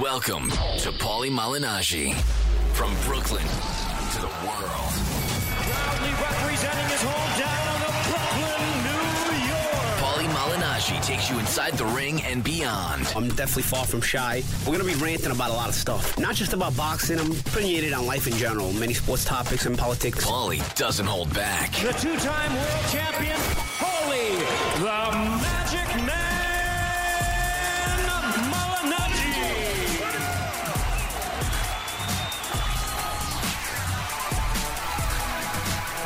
Welcome to Paulie Malignaggi. From Brooklyn to the world, Proudly representing his hometown of Brooklyn, New York. Paulie Malignaggi takes you inside the ring and beyond. I'm definitely far from shy. We're going to be ranting about a lot of stuff. Not just about boxing, I'm opinionated on life in general, many sports topics and politics. Paulie doesn't hold back. The two-time world champion, Holy the Magic Man Malinagi.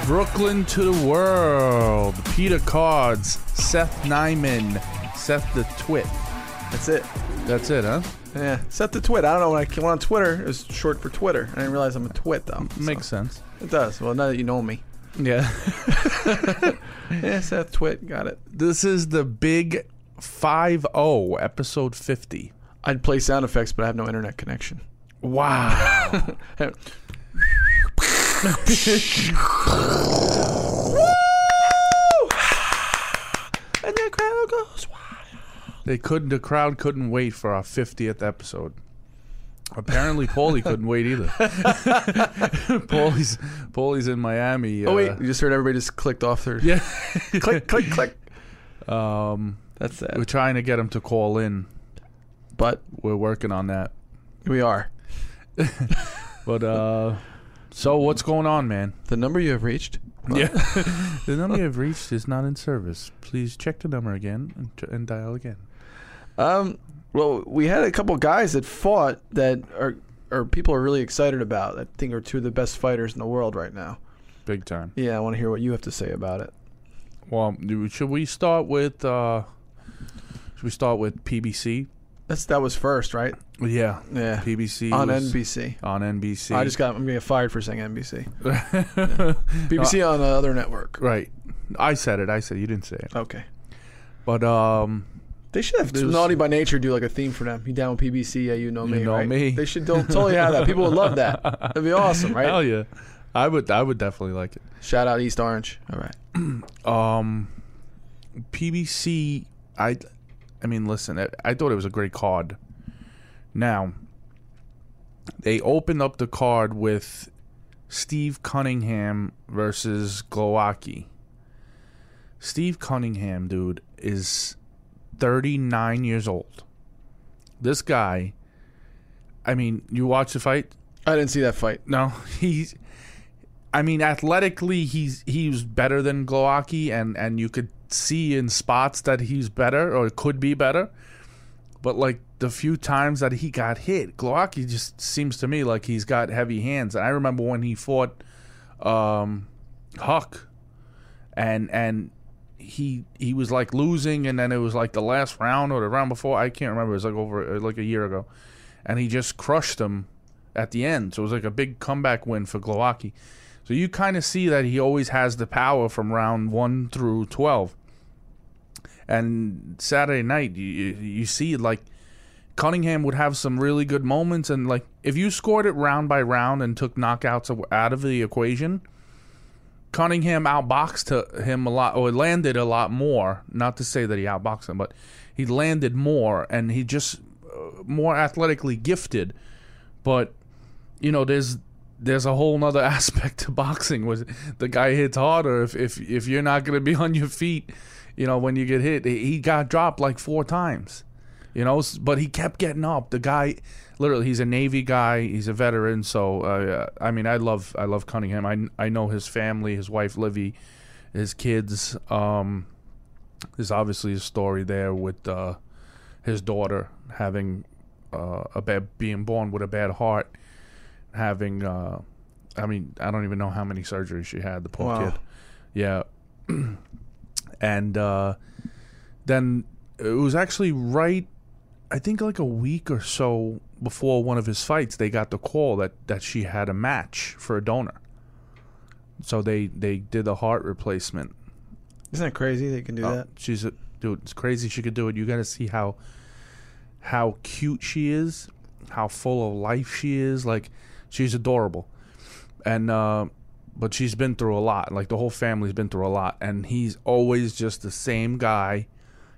Brooklyn to the world. Peter Cards, Seth Nyman, Seth the Twit. That's it. That's it, huh? Yeah. Set the twit. I don't know when I came on Twitter. It was short for Twitter. I didn't realize I'm a twit though. Makes So, sense. It does. Well, now that you know me. Yeah. Yeah, Seth Twit. Got it. this is the big 5 0, episode 50. I'd play sound effects, but I have no internet connection. Wow. Hey, And the crowd goes wild. they couldn't, the crowd couldn't wait for our 50th episode. Apparently, Paulie couldn't wait either. Paulie's, Paulie's in Miami. Oh wait, uh, you just heard everybody just clicked off their Yeah. click click click. Um, that's um, We're that. trying to get him to call in. But We're working on that. we are. But uh so what's going on, man? The number you have reached. Yeah. the number you've reached is not in service. Please check the number again and, tr- and dial again. Um, well, we had a couple guys that fought that are or people are really excited about. I think are two of the best fighters in the world right now. Big time. Yeah, I want to hear what you have to say about it. Well, do- should we start with uh should we start with PBC? That's that was first, right? Yeah. Yeah. PBC on was- NBC. On NBC. I just got. I'm gonna get fired for saying NBC. BBC uh, on the other network. right. I said it. I said it. you didn't say it. Okay. But um They should have There's- Naughty by Nature do like a theme for them. You down with PBC? Yeah, you know me. know right? me. They should do totally have that. People would love that. That'd be awesome, right? hell yeah. I would I would definitely like it. Shout out East Orange. All right. Um, PBC, I, I mean, listen, I, I thought it was a great card. Now, they opened up the card with Steve Cunningham versus Glowacki. Steve Cunningham, dude, is 39 years old. This guy, I mean, you watch the fight, I didn't see that fight. no, he's. I mean, athletically, he's he was better than Glowacki, and and you could see in spots that he's better or could be better. But like the few times that he got hit, Glowacki just seems to me like he's got heavy hands. And I remember when he fought um, Huck, and and he he was like losing, and then it was like the last round or the round before. I can't remember. It was like over like a year ago, and he just crushed him at the end. So it was like a big comeback win for Glowacki. So you kind of see that he always has the power from round one through twelve. And Saturday night, you you you see like Cunningham would have some really good moments, and like if you scored it round by round and took knockouts aw- out of the equation, Cunningham outboxed to him a lot, or landed a lot more. Not to say that he outboxed him, but he landed more, and he just uh, more athletically gifted but you know there's there's a whole nother aspect to boxing was the guy hits harder if if, if you're not going to be on your feet you know when you get hit he he got dropped like four times you know s- but he kept getting up the guy literally he's a navy guy he's a veteran so uh, i mean i love i love cunningham i, I know his family his wife livy his kids um there's obviously a story there with uh his daughter having uh, a bad being born with a bad heart, having uh, I mean I don't even know how many surgeries she had. The poor Wow. kid, yeah. and uh, then it was actually right, I think like a week or so before one of his fights, they got the call that that she had a match for a donor. So they they did the heart replacement. Isn't that crazy? They can do that. She's a dude. It's crazy she could do it. You got to see how how cute she is, how full of life she is. Like she's adorable, and uh, but she's been through a lot. Like the whole family's been through a lot, and he's always just the same guy.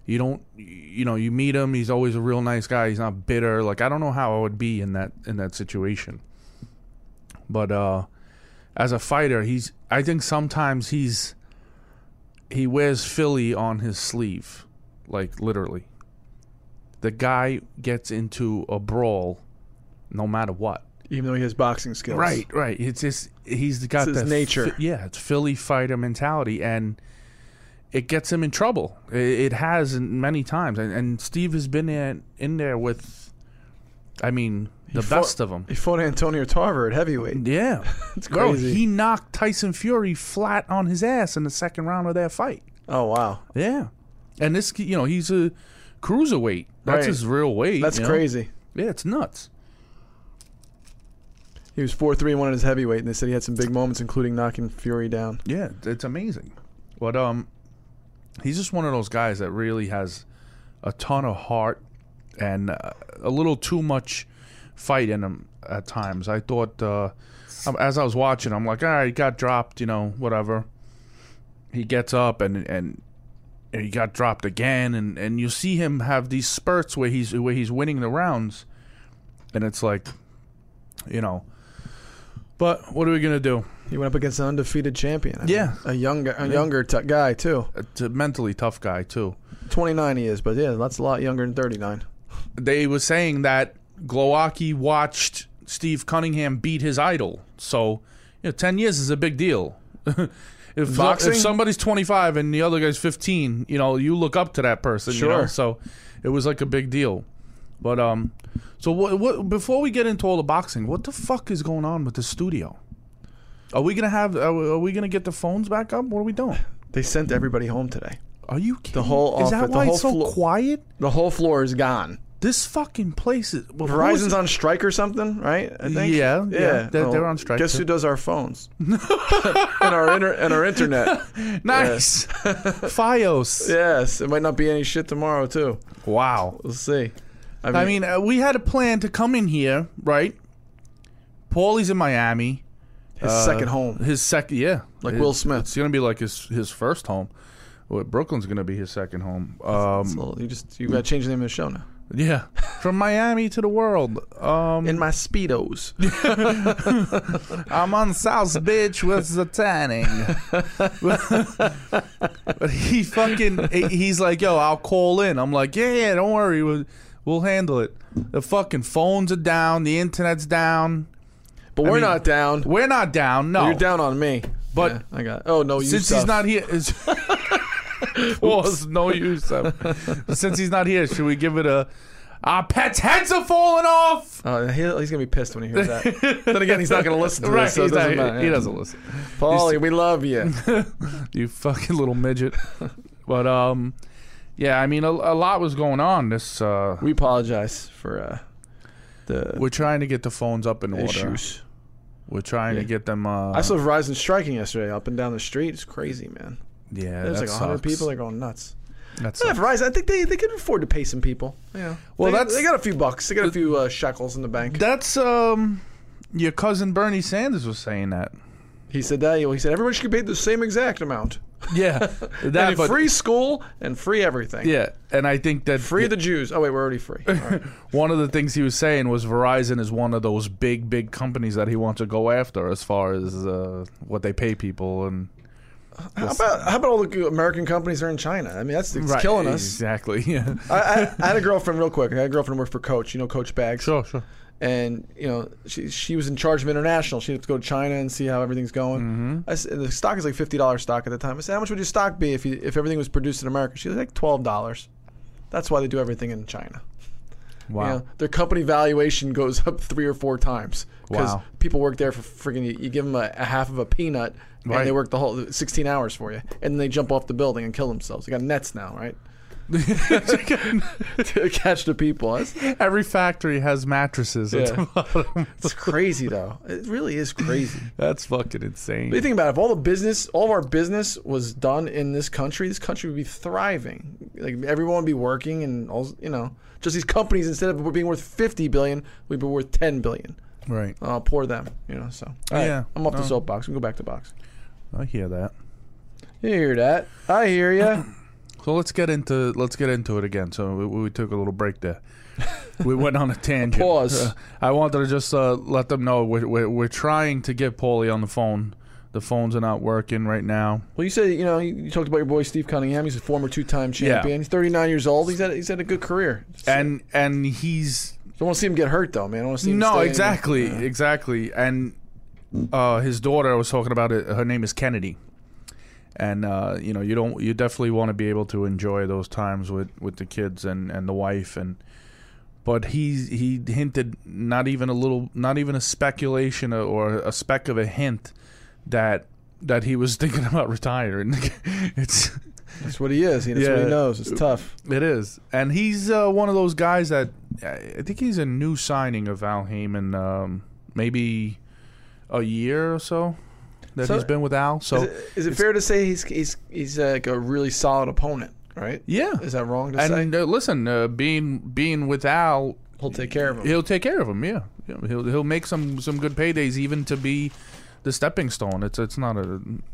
You don't, you know, you meet him. He's always a real nice guy. He's not bitter. Like I don't know how I would be in that in that situation. But uh as a fighter, he's. I think sometimes he's. He wears Philly on his sleeve, like literally. The guy gets into a brawl, no matter what. even though he has boxing skills. Right, right. It's just he's got It's his that nature. Phi- yeah, it's Philly fighter mentality, and it gets him in trouble. It, it has in many times, and, and Steve has been in in there with, I mean, the He best fought- of them. He fought Antonio Tarver at heavyweight. Yeah, it's crazy. he knocked Tyson Fury flat on his ass in the second round of that fight. Oh wow, Yeah, and this you know he's a cruiserweight. That's Right. his real weight. that's you know? crazy. Yeah, it's nuts. He was four three one in his heavyweight, and they said he had some big moments, including knocking Fury down. Yeah, it's amazing. But um, he's just one of those guys that really has a ton of heart and uh, a little too much fight in him at times. I thought uh, um, as I was watching, I'm like, all right, he got dropped, you know, whatever. He gets up and and. and he got dropped again, and, and you see him have these spurts where he's where he's winning the rounds, and it's like, you know. But what are we gonna do? He went up against an undefeated champion. I mean, Yeah. uh, a younger, a younger t- guy too. It's a mentally tough guy too. Twenty nine, he is, but yeah, that's a lot younger than thirty nine. they were saying that Glowacki watched Steve Cunningham beat his idol. So, you know, 10 years is a big deal. if, Boxing? if somebody's 25 and the other guy's 15, you know, you look up to that person, you know? Sure. So, it was like a big deal. But um so what what before we get into all the boxing, what the fuck is going on with the studio? Are we going to have are we, are we going to get the phones back up? What are we doing? They sent everybody home today. Are you kidding? whole Is that office- the why whole it's so floor- quiet? The whole floor is gone. This fucking place is well, who is- Verizon's on strike or something, right? I think. Oh, Yeah, yeah, they're- they're on strike, Guess too. who does our phones and our inter- and our internet? Nice. Fios. Yes, it might not be any shit tomorrow too. Wow. We'll see. I mean, I mean, uh, we had a plan to come in here, right? Paulie's in Miami. his uh, second home. His second, yeah, Like It- Will Smith. It's gonna be like his his first home. Well, Brooklyn's gonna be his second home. It's a Um, little- you just you got to change the name of the show now. yeah, from Miami to the world. Um, In my speedos. I'm on South Beach with the tanning. but he fucking he- he's like, yo, I'll call in. I'm like, yeah, yeah, don't worry, we'll, we'll handle it. The fucking phones are down, the internet's down. But we're mean, not down. We're not down, no. You're down on me. But- Yeah, I got. Oh no, you Since stuff. he's not here, is, well, it's no use. um, Since he's not here, should we give it a? Our pets' heads are falling off. Oh, he'll- he's gonna be pissed when he hears that. then again, he's not gonna listen to Right, this, so it he's not- doesn't matter. he yeah. doesn't listen. Paulie, we love you. You fucking little midget. but um, yeah, I mean, a, a lot was going on. This uh, we apologize for uh, the we're trying to get the phones up in order. issues. We're trying to get them. Uh, I saw Verizon striking yesterday, up and down the street. It's crazy, man. yeah, There's that like hundred sucks. people. They're going nuts. That Yeah, sucks. Verizon. I think they, they can afford to pay some people. Yeah. Well, Well, that's- that's they got a few bucks. They got a few uh, shekels in the bank. That's um, your cousin Bernie Sanders was saying that. He said that. He said everyone should get paid the same exact amount. Yeah, that and but- free school and free everything. Yeah, and I think that Free the Jews. Oh wait, we're already free. All right. one of the things he was saying was Verizon is one of those big, big companies that he wants to go after as far as uh, what they pay people and how about how about all the American companies that are in China? I mean, that's it's killing us. Exactly. Yeah. I, I, I had a girlfriend real quick. I had a girlfriend who worked for Coach. You know, Coach Bags. sure, sure. and you know she she was in charge of international. She had to go to China and see how everything's going. Mm-hmm. I, s- and the stock is like fifty dollars stock at the time. I said, how much would your stock be if you, if everything was produced in America? She was like twelve dollars. That's why they do everything in China. You Wow. know, their company valuation goes up three or four times because Wow. people work there for freaking. You, you give them a, a half of a peanut Right. and they work the whole sixteen hours for you, and then they jump off the building and kill themselves. They got nets now, right? to catch the people. That's- Every factory has mattresses. at Yeah. the bottom. It's crazy though. It really is crazy. That's fucking insane. But you think about it, if all the business, all of our business was done in this country, this country would be thriving. Like everyone would be working, and all you know, just these companies instead of being worth fifty billion, we'd be worth ten billion. right. Uh, poor them, you know. So All Yeah. I'm off the No. soapbox. We go back to box. I hear that. You hear that? I hear ya. So let's get into let's get into it again. So we, we took a little break there. we went on a tangent. Pause. Uh, I wanted to just uh, let them know we're, we're, we're trying to get Paulie on the phone. The phones are not working right now. Well, you said you know you, you talked about your boy Steve Cunningham. He's a former two-time Yeah. champion. He's 39 years old. He's had he's had a good career. So, And and he's don't want to see him get hurt though, man. I want to see him. no stay in- exactly exactly. And uh, his daughter I was talking about it. Her name is Kennedy. And uh, you know you don't you definitely want to be able to enjoy those times with, with the kids and, and the wife and but he he hinted not even a little not even a speculation or a speck of a hint that that he was thinking about retiring. it's That's what he is. He- That's what Yeah. he knows. It's tough. it is, and he's uh, one of those guys that I think he's a new signing of Al Heyman, um, maybe a year or so that So- he's been with Al. So Is it, is it fair to say he's he's he's uh, like a really solid opponent, right? yeah, Is that wrong to and say? uh, listen, uh, being being with Al, He'll take care of him. he'll take care of him. Yeah, Yeah, he'll he'll make some some good paydays even to be the stepping stone. It's it's not a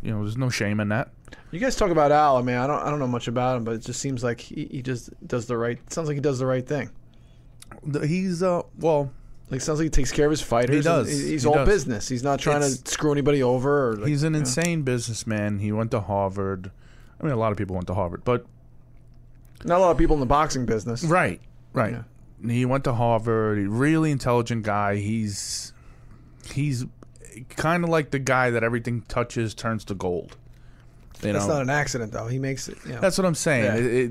you know there's no shame in that. You guys talk about Al. I mean, I don't I don't know much about him, but it just seems like he, he just does the right. Sounds like he does the right thing. The- He's uh well Like sounds like he takes care of his fighters. He and does. he- He's He all does. business. He's not trying It's- to screw anybody over. Or like, He's an insane businessman. He went to Harvard. I mean, a lot of people went to Harvard, but not a lot of people in the boxing business. right, right. Yeah. He went to Harvard. He- Really intelligent guy. He's he's kind of like the guy that everything touches turns to gold. You That's know? not an accident though. He makes it. You know. That's what I'm saying. Yeah. It, it,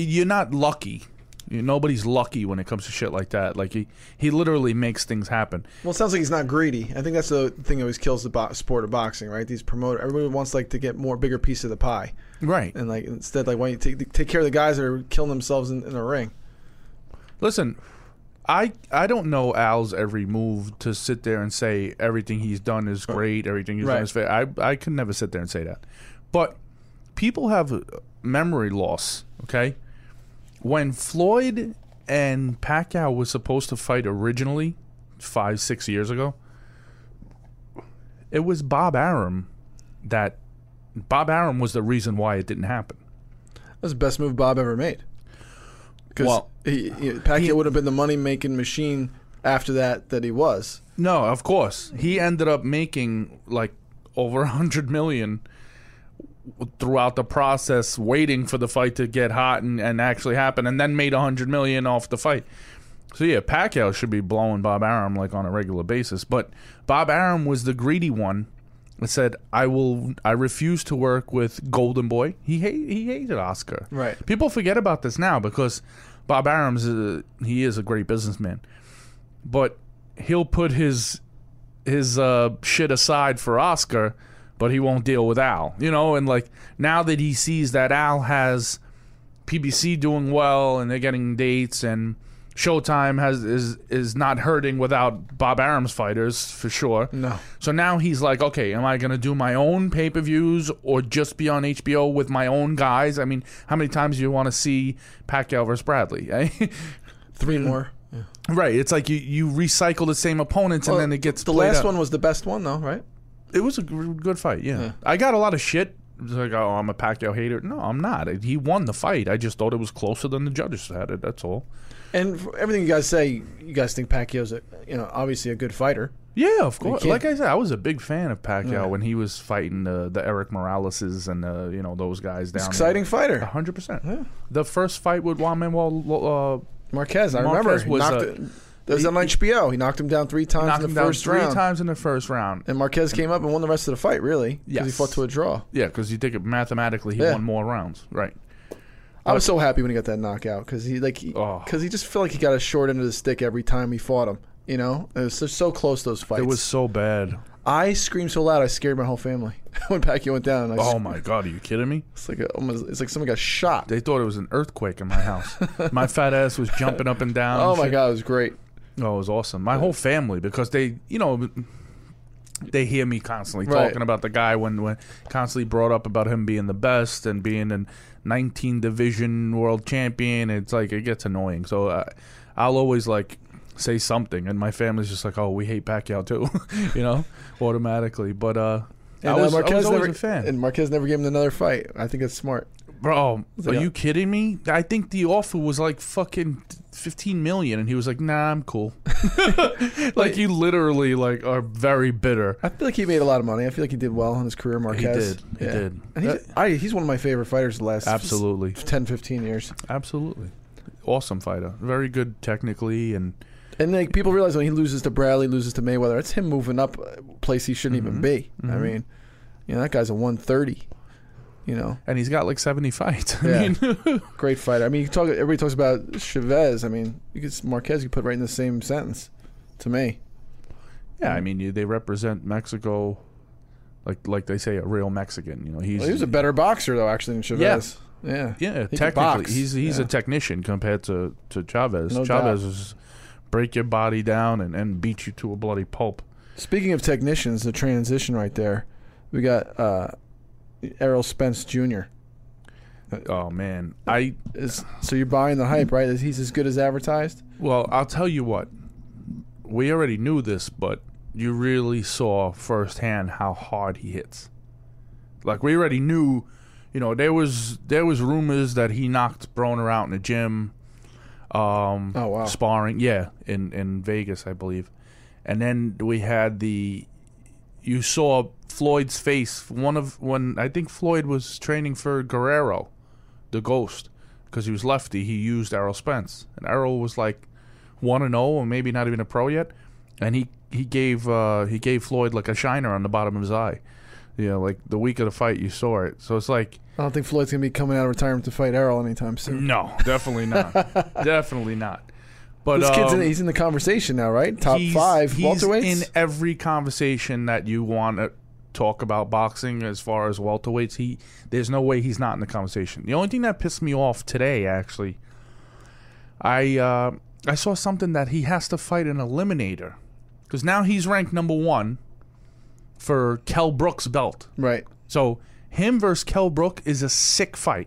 you're not lucky. You- Nobody's lucky when it comes to shit like that. Like he, he literally makes things happen. Well, it sounds like he's not greedy. I think that's the thing that always kills the bo- sport of boxing, right? These promoter everybody wants like to get more bigger piece of the pie, Right. and like instead, like why don't you take take care of the guys that are killing themselves in, in the ring? Listen, I I don't know Al's every move to sit there and say everything he's done is great, everything he's Right. done is fair. I I could never sit there and say that. But people have uh, memory loss, okay? When Floyd and Pacquiao was supposed to fight originally 5 6 years ago, it was Bob Arum that Bob Arum was the reason why it didn't happen. That's the best move Bob ever made. Because Well- he, he, Pacquiao He- would have been the money making machine after that that he was. No, of course. He ended up making like over a hundred million throughout the process, waiting for the fight to get hot and, and actually happen, and then made a hundred million off the fight. So yeah, Pacquiao should be blowing Bob Arum like on a regular basis, but Bob Arum was the greedy one that said, "I will, I refuse to work with Golden Boy." He hate, he hated Oscar. Right. People forget about this now because Bob Arum's a, he is a great businessman, but he'll put his his uh, shit aside for Oscar, but he won't deal with Al. You know, and like now that he sees that Al has PBC doing well and they're getting dates and Showtime has is is not hurting without Bob Arum's fighters for sure. No. So now he's like, okay, am I gonna do my own pay per views or just be on HBO with my own guys? I mean, how many times do you want to see Pacquiao versus Bradley? eh? Three Mm-hmm. more. right. It's like you, you recycle the same opponents and then it gets the played last out. one was the best one though, right? It was a g- good fight. Yeah. I got a lot of shit. It was like, oh, I'm a Pacquiao hater. No, I'm not. He won the fight. I just thought it was closer than the judges had it. That's all. And for everything you guys say, you guys think Pacquiao's a, you know obviously a good fighter. Yeah, of course. can't- Like I said, I was a big fan of Pacquiao Yeah. when he was fighting uh, the Eric Moraleses and uh, you know those guys down. Exciting fighter. Hundred percent. The first fight with Juan Manuel uh, Lo- Marquez, I remember. Marquez he was knocked a- it- that was on HBO. He knocked him down three uh, times knocked in him the down first three round. times in the first round. And Marquez came up and won the rest of the fight, really. Because he Yes. fought to a draw. Yeah, because you think it mathematically, he Yeah. won more rounds. Right. I was so happy when he got that knockout because he like Oh. because he just felt like he got a short end of the stick every time he fought him. You know, it was so, so close those fights. It was so bad. I screamed so loud I scared my whole family when Pacquiao went down. I Oh sc- my god, are you kidding me? It's like a, almost, it's like someone got shot. They thought it was an earthquake in my house. my fat ass was jumping up and down. oh and my shit. god, it was great. Oh, it was awesome. My whole family, because they, you know, they hear me constantly Right. talking about the guy when, when constantly brought up about him being the best and being a 19 division world champion. It's like it gets annoying. So I, I'll always like say something, and my family's just like, "Oh, we hate Pacquiao too," you know, automatically. But uh, I uh, was, I was always never, a fan. And Marquez never gave him another fight. I think that's smart. Bro, are like a- you kidding me? I think the offer was like fucking 15 million and he was like, "Nah, I'm cool." like you literally like are very bitter. I feel like he made a lot of money. I feel like he did well in his career, Marquez. did. He did. Uh, And he's, I, he's one of my favorite fighters the last Absolutely. 10, 15 years. Absolutely. Awesome fighter. Very good technically and And like people realize when he loses to Bradley, loses to Mayweather, it's him moving up a place he shouldn't Mm-hmm. even be. I mean, you know, that guy's a 130. You know, and he's got like 70 fights. I Yeah. mean, great fighter. I mean, you talk. Everybody talks about Chavez. I mean, you could, Marquez you could put right in the same sentence to me. yeah, I mean, you- they represent Mexico like like they say a real Mexican, you know. He's Well, he was a better boxer though, actually, than Chavez. Yeah, yeah. Yeah, could box. technically, he's he's Yeah. a technician compared to to Chavez. No Chavez doubt. is break your body down and, and beat you to a bloody pulp. Speaking of technicians, the transition right there. We got uh, Errol Spence Jr. Oh man, I Is, so you're buying the hype, right? That He's as good as advertised. well, I'll tell you what. We already knew this, but you really saw firsthand how hard he hits. Like we already knew, you know, there was there was rumors that he knocked Broner out in the gym. Um, Oh, wow. sparring, yeah, in in Vegas, I believe. And then we had the you saw Floyd's face. One of when I think Floyd was training for Guerrero, the Ghost, because he was lefty. He used Errol Spence, and Errol was like one and zero, and maybe not even a pro yet. And he he gave uh, he gave Floyd like a shiner on the bottom of his eye. You know, like the week of the fight, you saw it. So it's like, I don't think Floyd's gonna be coming out of retirement to fight Errol anytime soon. no, definitely not, definitely not. But This kid's in, um, he's in the conversation now, right? Top he's- five he's welterweights. in every conversation that you want to talk about boxing as far as welterweights. He there's no way he's not in the conversation. The only thing that pissed me off today, actually, I uh, I saw something that he has to fight an eliminator because now he's ranked number one for Kel Brook's belt. right. So him versus Kell Brook is a sick fight.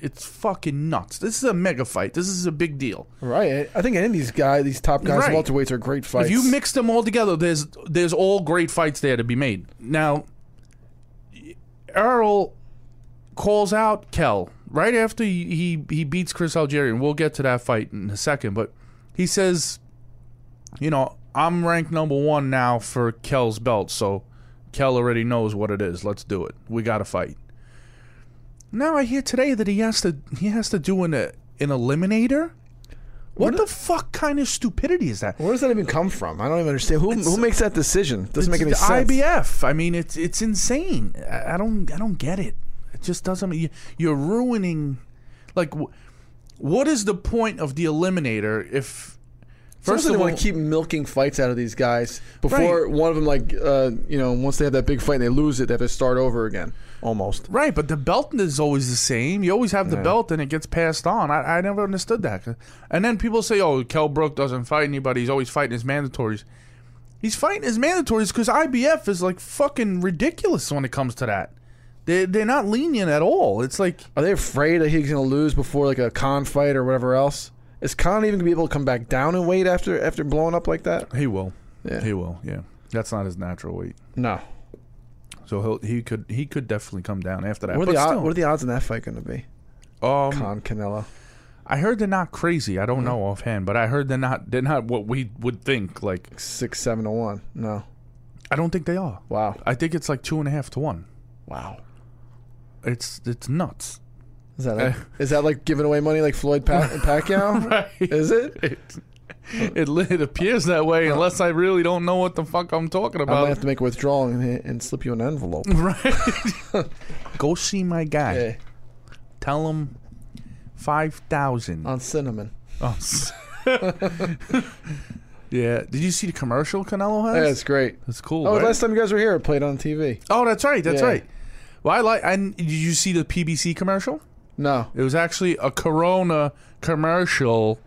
It's fucking nuts. This is a mega fight. This is a big deal. Right. I think any of these guys, these top guys, Right. welterweights are great fights. If you mix them all together, there's there's all great fights there to be made. Now, Earl calls out Kel right after he he beats Chris Algerian. We'll get to that fight in a second, but he says, you know, I'm ranked number one now for Kel's belt, so Kel already knows what it is. Let's do it. We got to fight. Now I hear today that he has to he has to do an uh, an eliminator. What, the fuck kind of stupidity is that? Where does that even come from? I don't even understand. Who, who makes that decision? Doesn't make any It's sense. the IBF. I mean, it's it's insane. I, I don't I don't get it. It just doesn't. You, you're ruining. Like, wh- what is the point of the eliminator if? First of they want all- to keep milking fights out of these guys before Right. one of them, like, uh, you know, once they have that big fight and they lose it, they have to start over again, almost. Right, but the belt is always the same. You always have the belt, and it gets passed on. I, I never understood that. And then people say, "Oh, Kell Brook doesn't fight anybody. He's always fighting his mandatories." He's fighting his mandatories because IBF is like fucking ridiculous when it comes to that. They they're not lenient at all. It's like Are they afraid that he's going to lose before like a Khan fight or whatever else? Is Khan even going to be able to come back down in weight after after blowing up like that? He will. Yeah. He will. Yeah. That's not his natural weight. No. So he'll, he could he could definitely come down after that. What but are, the, od- still, what are the odds on that fight going to be? um, Khan Canelo. I heard they're not crazy. I don't know offhand, but I heard they're not they're not what we would think. Like Six, seven to one. No. I don't think they are. Wow. I think it's like two and a half to one. Wow. It's it's nuts. Is Eh. that like, is that like giving away money like Floyd pa- Pacquiao? Is it? It, it li- it appears that way unless I really don't know what the fuck I'm talking I might about. have to make a withdrawal and, and slip you an envelope. right. Go see my guy. Hey, Tell him five thousand. on cinnamon. Oh. s- yeah. Did you see the commercial Canelo Yeah, has? it's great. That's cool. Oh, right? last time you guys were here, it played on TV. oh, that's right. That's Yeah. right. Well, I like. And did you see the PBC commercial? No. It was actually a Corona commercial.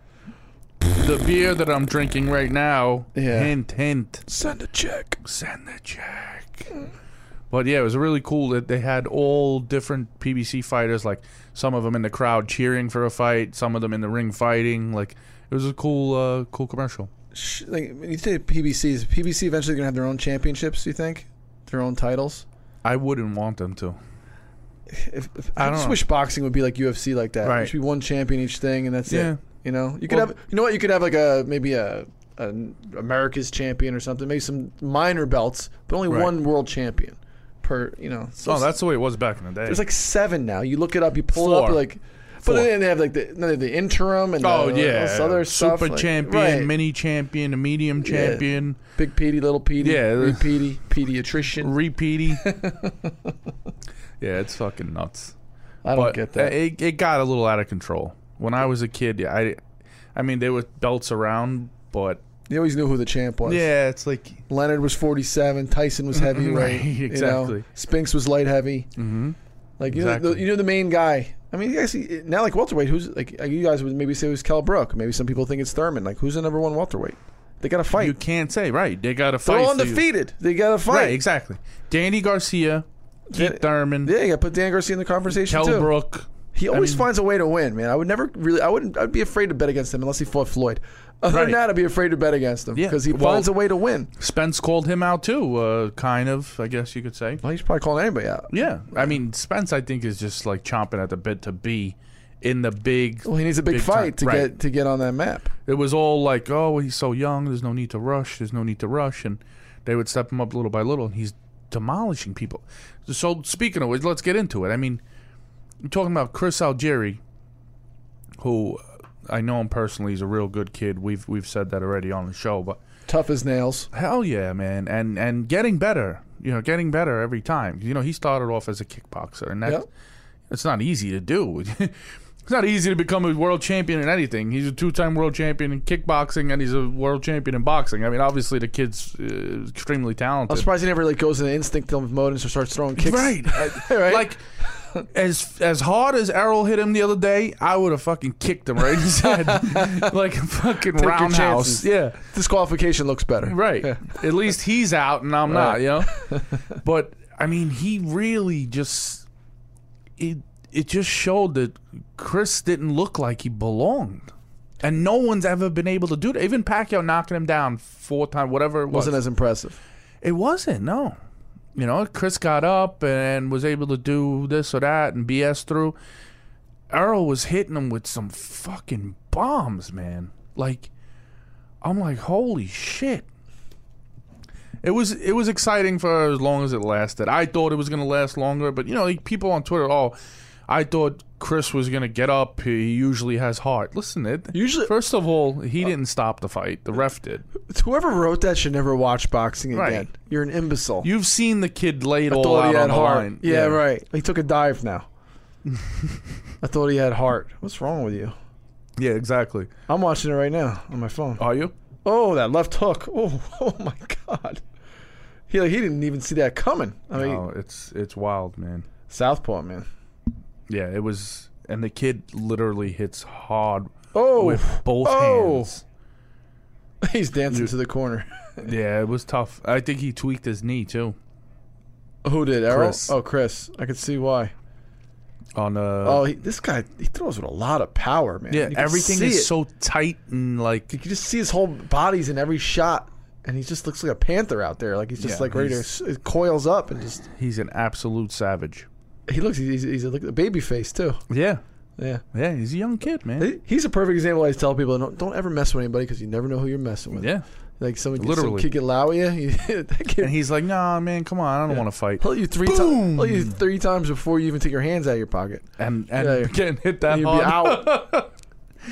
The beer that I'm drinking right now. Yeah. Hint, hint. Send a check. Send the check. But yeah, it was really cool that they had all different PBC fighters. Like some of them in the crowd cheering for a fight, some of them in the ring fighting. Like it was a cool, uh, cool commercial. Sh- Like, when you say PBC, is PBC eventually going to have their own championships, you think? Their own titles? Oh, I wouldn't want them to. if, if I I, don't just know. wish boxing would be like UFC like that. Right. It should be one champion each thing, and that's Yeah. it. You know, you could Well- have. You know what? You could have like a maybe a, an America's champion or something. Maybe some minor belts, but only Right. one world champion per. You know. So Oh, that's the way it was back in the day. there's like seven now. You look it up. You pull it up. Four. you're like. Four. But then they have like the, then they have the interim and oh the, all yeah, this other stuff, super like- champion, right. mini champion, a medium champion, big Petey, little Petey, Yeah. big Petey, pediatrician. repeaty. yeah, it's fucking nuts. I don't But uh, get that. It, it got a little out of control when I was a kid. Yeah, I, I mean, there were belts around, but you always knew who the champ was. yeah, it's like Leonard was 47. Tyson was heavyweight. Right, You exactly. know, Spinks was light heavy. Mm-hmm. Like you, know, the, Exactly. you know the main guy. I mean, you guys see, now like welterweight. Who's like uh, you guys would maybe say it was Kell Brook. Maybe some people think it's Thurman. Like who's the number one welterweight? They got to you fight. can't say right. They got to fight. They're all for you. undefeated. They got to Right, fight. exactly. Danny Garcia, Yeah. Keith Thurman, Yeah, you got to put Dan Garcia in the conversation Kell too. Brook. He always mean- finds a way to win, man. I would never really. I wouldn't. I'd be afraid to bet against him unless he fought Floyd. Other Right. than that, I'd be afraid to bet against him Yeah, because he well- finds a way to win. Spence called him out too, uh, kind of, I guess you could say. Well, he's probably calling anybody out. Yeah, I mean Spence, I think is just like chomping at the bit to be in the big. Well, he needs a big, Big time, fight to right. get to get on that map. It was all like, oh, he's so young. There's no need to rush. There's no need to rush, and they would step him up little by little, and he's demolishing people. So speaking of which, let's get into it. I mean, you're talking about Chris Algieri, who uh, I know him personally. He's a real good kid. We've we've said that already on the show, but Tough as nails. Hell yeah, man, and and getting better. You know, getting better every time. You know, he started off as a kickboxer, and that Yep. it's not easy to do. it's not easy to become a world champion in anything. He's a two-time world champion in kickboxing, and he's a world champion in boxing. I mean, obviously the kid's uh, extremely I'm talented. surprised he never like goes into instinctive mode and just starts throwing kicks. Right. right. Like as as hard as Errol hit him the other day, I would have fucking kicked him right in his head, like a fucking your roundhouse. chances. Yeah. disqualification looks better. Right. Yeah. At least he's out and I'm not, Right. you know? but I mean, he really just it it just showed that Chris didn't look like he belonged. And no one's ever been able to do that. Even Pacquiao knocking him down four times, whatever it was. Wasn't as impressive. It wasn't, no. You know, Chris got up and was able to do this or that and BS through. Errol was hitting him with some fucking bombs, man. Like I'm like, holy shit. It was it was exciting for as long as it lasted. I thought it was gonna last longer, but you know, like people on Twitter, oh, I thought Chris was gonna get up. He usually has heart. Listen, it Usually- first of all, he didn't stop the fight. The ref did. Whoever wrote that should never watch boxing again. Right. You're an imbecile. You've seen the kid laid all thought out he on had the heart. line. Yeah, right. He took a dive now. I thought he had heart. What's wrong with you? Yeah, exactly. I'm watching it right now on my phone. Are you? Oh, that left hook. Oh, oh my God. He like, he didn't even see that coming. I mean, Oh, it's it's wild, man. southpaw man. Yeah, it was, and the kid literally hits hard Oh, with both oh. hands. he's dancing to the corner. Yeah, it was tough. I think he tweaked his knee too Who did Errol? Chris. Oh, Chris. I could see why. on uh. Oh, he, this guy he throws with a lot of power, man. yeah, You can everything see is it. so tight and like You can just see his whole body's in every shot, and he just looks like a panther out there. Like he's just Yeah, like ready to he's- s- coils up and just he's an absolute savage. he looks he's, he's a, look at the baby face too. Yeah, Yeah. yeah, he's a young kid, man. He- He's a perfect example. I always tell people don't, don't ever mess with anybody because you never know who you're messing with. Yeah, Like someone some Literally. kid get loud with you. you- that kid and he's like, nah, man, come on, I don't want to fight. he'll hit you three Boom! times. He'll hit you three times before you even take your hands out of your pocket. And and Yeah. getting hit that And you'll hard, be out.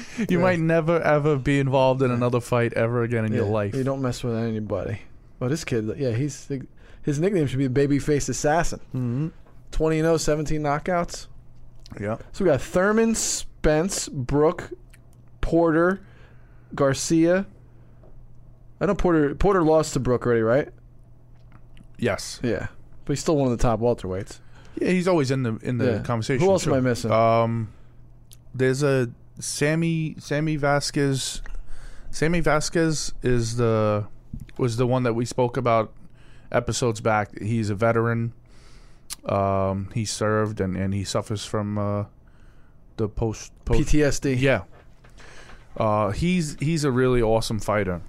you might never ever be involved in another fight ever again in your Yeah, life. You don't mess with anybody. Well, this kid, yeah, he's his nickname should be Babyface Assassin. Mm-hmm. 20 and 0, 17 knockouts. Yeah. So we got Thurman, Spence, Brooke, Porter, Garcia. I know Porter Porter lost to Brooke already, right? Yes. Yeah. But he's still one of the top welterweights. Yeah, he's always in the in the Yeah. conversation. Who else too. am I missing? Um, there's a Sammy Sammy Vasquez. Sammy Vasquez is the was the one that we spoke about episodes back. He's a veteran. Um, he served and and he suffers from uh, the post post PTSD. yeah. Uh, he's he's a really awesome fighter.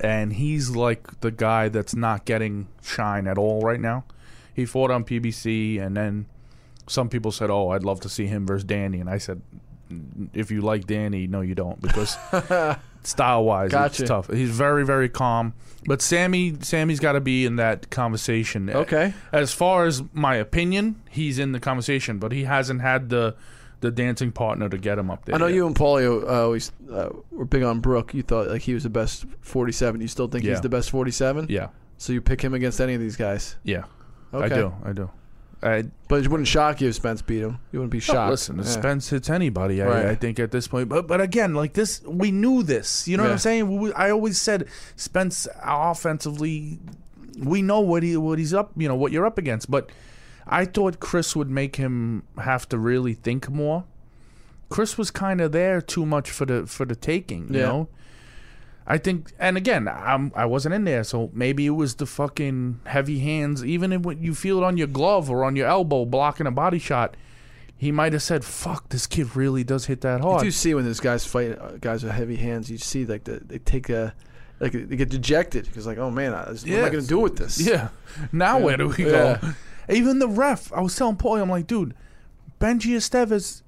And he's like the guy that's not getting shine at all right now. He fought on PBC and then some people said, "Oh, I'd love to see him versus Danny," and I said, "N- "If you like Danny, no, you don't, because style wise, Gotcha. it's tough. He's very, very calm, but Sammy, Sammy's got to be in that conversation. Okay. As far as my opinion, he's in the conversation, but he hasn't had the the dancing partner to get him up there. I know yet. you and Paulie uh, always uh, were big on Brooke. You thought like he was the best 47. You still think Yeah. he's the best 47? Yeah, So you pick him against any of these guys. yeah. Okay. I do. I do. I, But it wouldn't shock you if Spence beat him. You wouldn't be shocked. Listen, if Yeah. Spence hits anybody, I, Right. I think at this point. But but again, like this, we knew this. You know what Yeah. I'm saying? We, I always said Spence offensively, we know what he what he's up. You know what you're up against. But I thought Chris would make him have to really think more. Chris was kind of there too much for the for the taking. You Yeah. know. I think, and again, I'm I wasn't in there, so maybe it was the fucking heavy hands. Even if you feel it on your glove or on your elbow blocking a body shot, he might have said, "Fuck, this kid really does hit that You hard." do see when these guys fight, uh, guys with heavy hands. You see like the, they take a, like they get dejected because like, oh man, I, what am I Yeah. going to do with this? Yeah. Now where do we go? Yeah. Even the ref, I was telling Paul, I'm like, dude, Benji Estevez,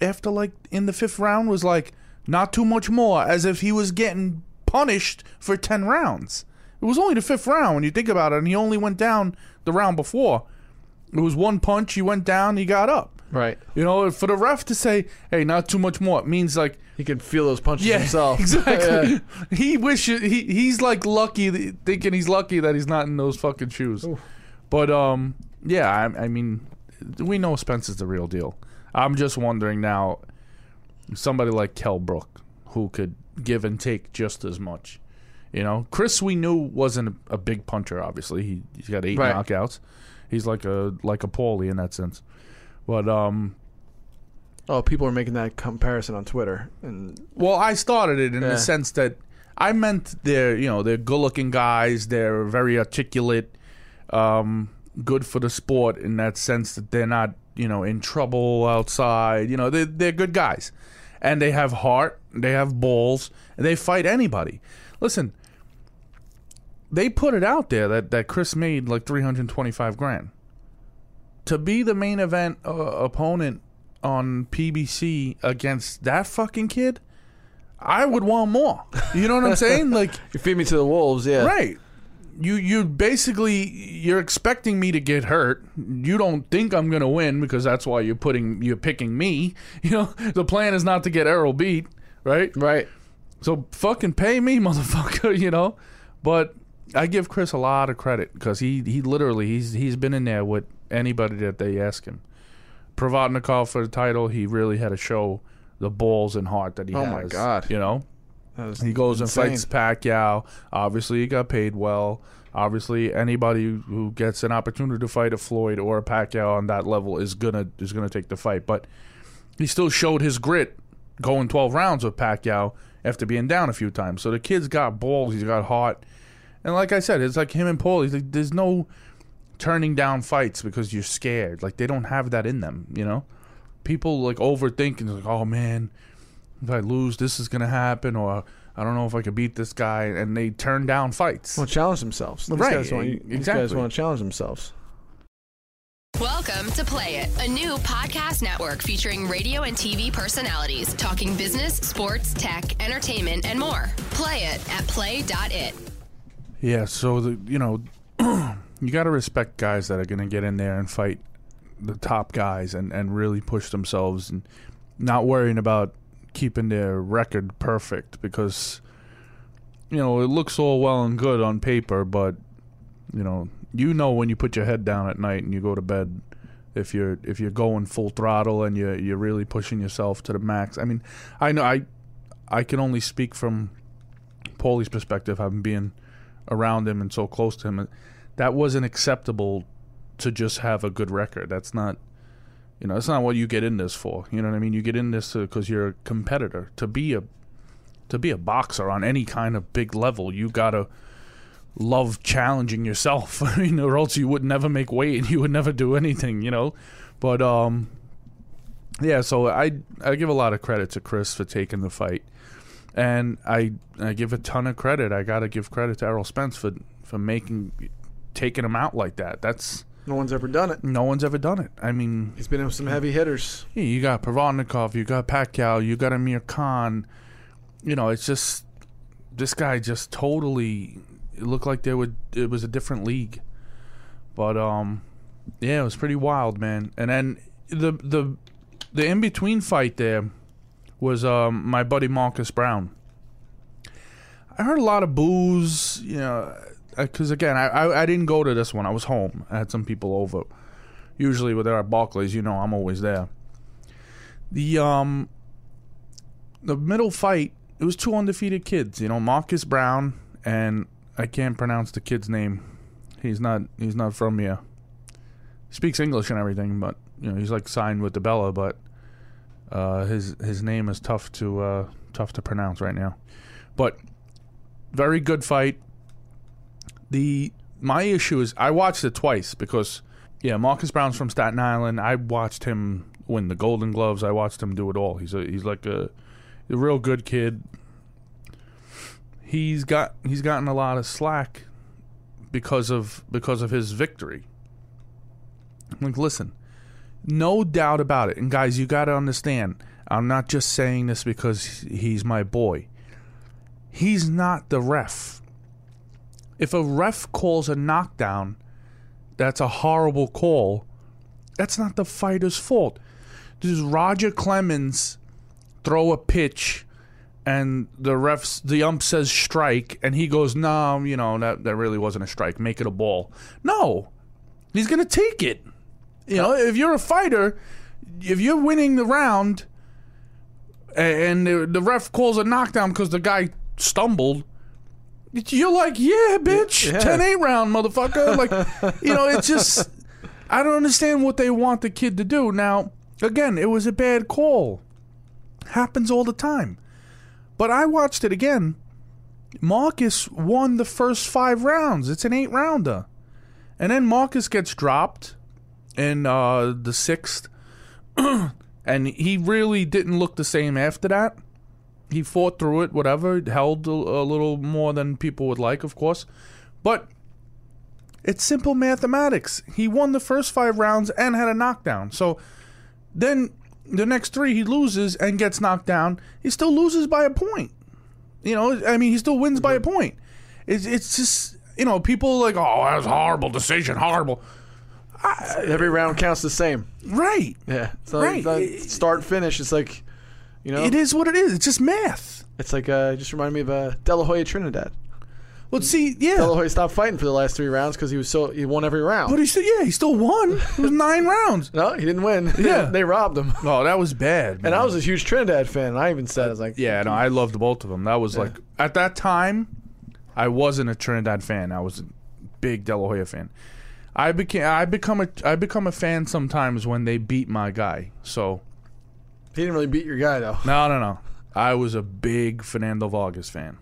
after like in the fifth round, was like, not too much more, as if he was getting punished for ten rounds. It was only the fifth round when you think about it, and he only went down the round before. It was one punch, he went down, he got up. Right. You know, for the ref to say, "Hey, not too much more," it means like He can feel those punches himself. exactly. Yeah. He wishes he he's like lucky, th- thinking he's lucky that he's not in those fucking shoes. But um, yeah, I, I mean, we know Spence is the real deal. I'm just wondering now, somebody like Kel Brook who could give and take just as much. You know, Chris we knew wasn't a, a big puncher. Obviously, he he's got eight Right. knockouts. He's like a like a Paulie in that sense. But um, Oh, people are making that comparison on Twitter, and Well, I started it in Yeah. the sense that I meant they're you know they're good-looking guys. They're very articulate, um, good for the sport in that sense that they're not you know in trouble outside. You know they they're good guys, and they have heart. They have balls, and they fight anybody. Listen, they put it out there that that Chris made like three hundred twenty-five grand to be the main event uh, opponent on PBC against that fucking kid, I would want more. You know what I'm saying? Like, you feed me to the wolves. Yeah. right. You you basically you're expecting me to get hurt. You don't think I'm gonna win because that's why you're putting you're picking me. You know the plan is not to get Errol beat, right? Right. So fucking pay me, motherfucker. You know, but I give Chris a lot of credit because he he literally he's he's been in there with anybody that they ask him. Provodnikov for the title, he really had to show the balls and heart that he Oh has. my God. You know, That was he goes insane. and fights Pacquiao. Obviously, he got paid well. Obviously, anybody who- who gets an opportunity to fight a Floyd or a Pacquiao on that level is gonna is gonna take the fight. But he still showed his grit going 12 rounds with Pacquiao after being down a few times. So the kid's got balls. He's got heart. And like I said, it's like him and Paul. He's like, there's no turning down fights because you're scared. Like they don't have that in them. You know, people like overthink and like, oh man, if I lose, this is gonna happen, or I don't know if I could beat this guy, and they turn down fights. Want to challenge themselves. These Right, Guys want, These guys exactly. want to challenge themselves. Welcome to Play It, a new podcast network featuring radio and TV personalities talking business, sports, tech, entertainment, and more. Play it at play.it. Yeah, so the you know, you got to respect guys that are going to get in there and fight the top guys and and really push themselves and not worrying about keeping their record perfect because you know, it looks all well and good on paper, but you know, you know when you put your head down at night and you go to bed if you're if you're going full throttle and you are you're really pushing yourself to the max. I mean, I know I I can only speak from Paulie's perspective, having been around him and so close to him, that wasn't acceptable to just have a good record. That's not, you know, that's not what you get in this for. You know what I mean? You get in this because you're a competitor. To be a, to be a boxer on any kind of big level, you gotta love challenging yourself. I mean, or else you would never make weight and you would never do anything. You know, but um, yeah. So I I give a lot of credit to Chris for taking the fight and I I give a ton of credit. I got to give credit to Errol Spence for for making taking him out like that. That's No one's ever done it. No one's ever done it. I mean, He's been with some heavy hitters. yeah, you got Provodnikov, you got Pacquiao, you got Amir Khan. You know, it's just this guy just totally it looked like there would it was a different league. But um yeah, it was pretty wild, man. And then the the the in between fight there was um my buddy Marcus Brown. I heard a lot of boos, you know, because again, I, I I didn't go to this one. I was home. I had some people over. Usually, when they're at Barclays, you know, I'm always there. The um, the middle fight, it was two undefeated kids. You know, Marcus Brown and I can't pronounce the kid's name. He's not he's not from here. He speaks English and everything, but you know, he's like signed with the Bella, but uh, his his name is tough to uh, tough to pronounce right now. But very good fight. The my issue is I watched it twice because yeah, Marcus Brown's from Staten Island. I watched him win the Golden Gloves. I watched him do it all. He's a he's like a, a real good kid. He's got he's gotten a lot of slack because of because of his victory. Like listen, no doubt about it. And guys, you got to understand. I'm not just saying this because he's my boy he's not the ref. If a ref calls a knockdown, that's a horrible call. That's not the fighter's fault. Does Roger Clemens throw a pitch and the refs the ump says strike and he goes, No, you know, that, that really wasn't a strike. Make it a ball. No. He's gonna take it. You know, if you're a fighter, if you're winning the round, and the, the ref calls a knockdown because the guy stumbled. You're like, yeah, bitch, Yeah. 10 8 round, motherfucker. Like, you know, it's just, I don't understand what they want the kid to do. Now, again, it was a bad call. Happens all the time. But I watched it again. Marcus won the first five rounds. It's an eight rounder. And then Marcus gets dropped in uh, the sixth and he really didn't look the same after that. He fought through it, whatever, held a, a little more than people would like, of course, but it's simple mathematics. He won the first five rounds and had a knockdown. So then the next three he loses and gets knocked down. He still loses by a point. You know, I mean, he still wins by a point. It's it's just you know people like oh that was a horrible decision, horrible. Every round counts the same. Right. Yeah. So Right. start finish. It's like, you know, It is what it is. It's just math. it's like uh, it just reminded me of uh, De La Hoya Trinidad. Well, see, yeah. De La Hoya stopped fighting for the last three rounds because he was so he won every round. But he still, yeah, he still won. It was nine rounds. no, he didn't win. Yeah. they robbed him. Oh, that was bad. And I was a huge Trinidad fan. And I even said, I was like, yeah, no, I loved both of them. That was like at that time, I wasn't a Trinidad fan. I was a big De La Hoya fan. I became, I become a, I become a fan sometimes when they beat my guy. So he didn't really beat your guy though. no, no, no. I was a big Fernando Vargas fan,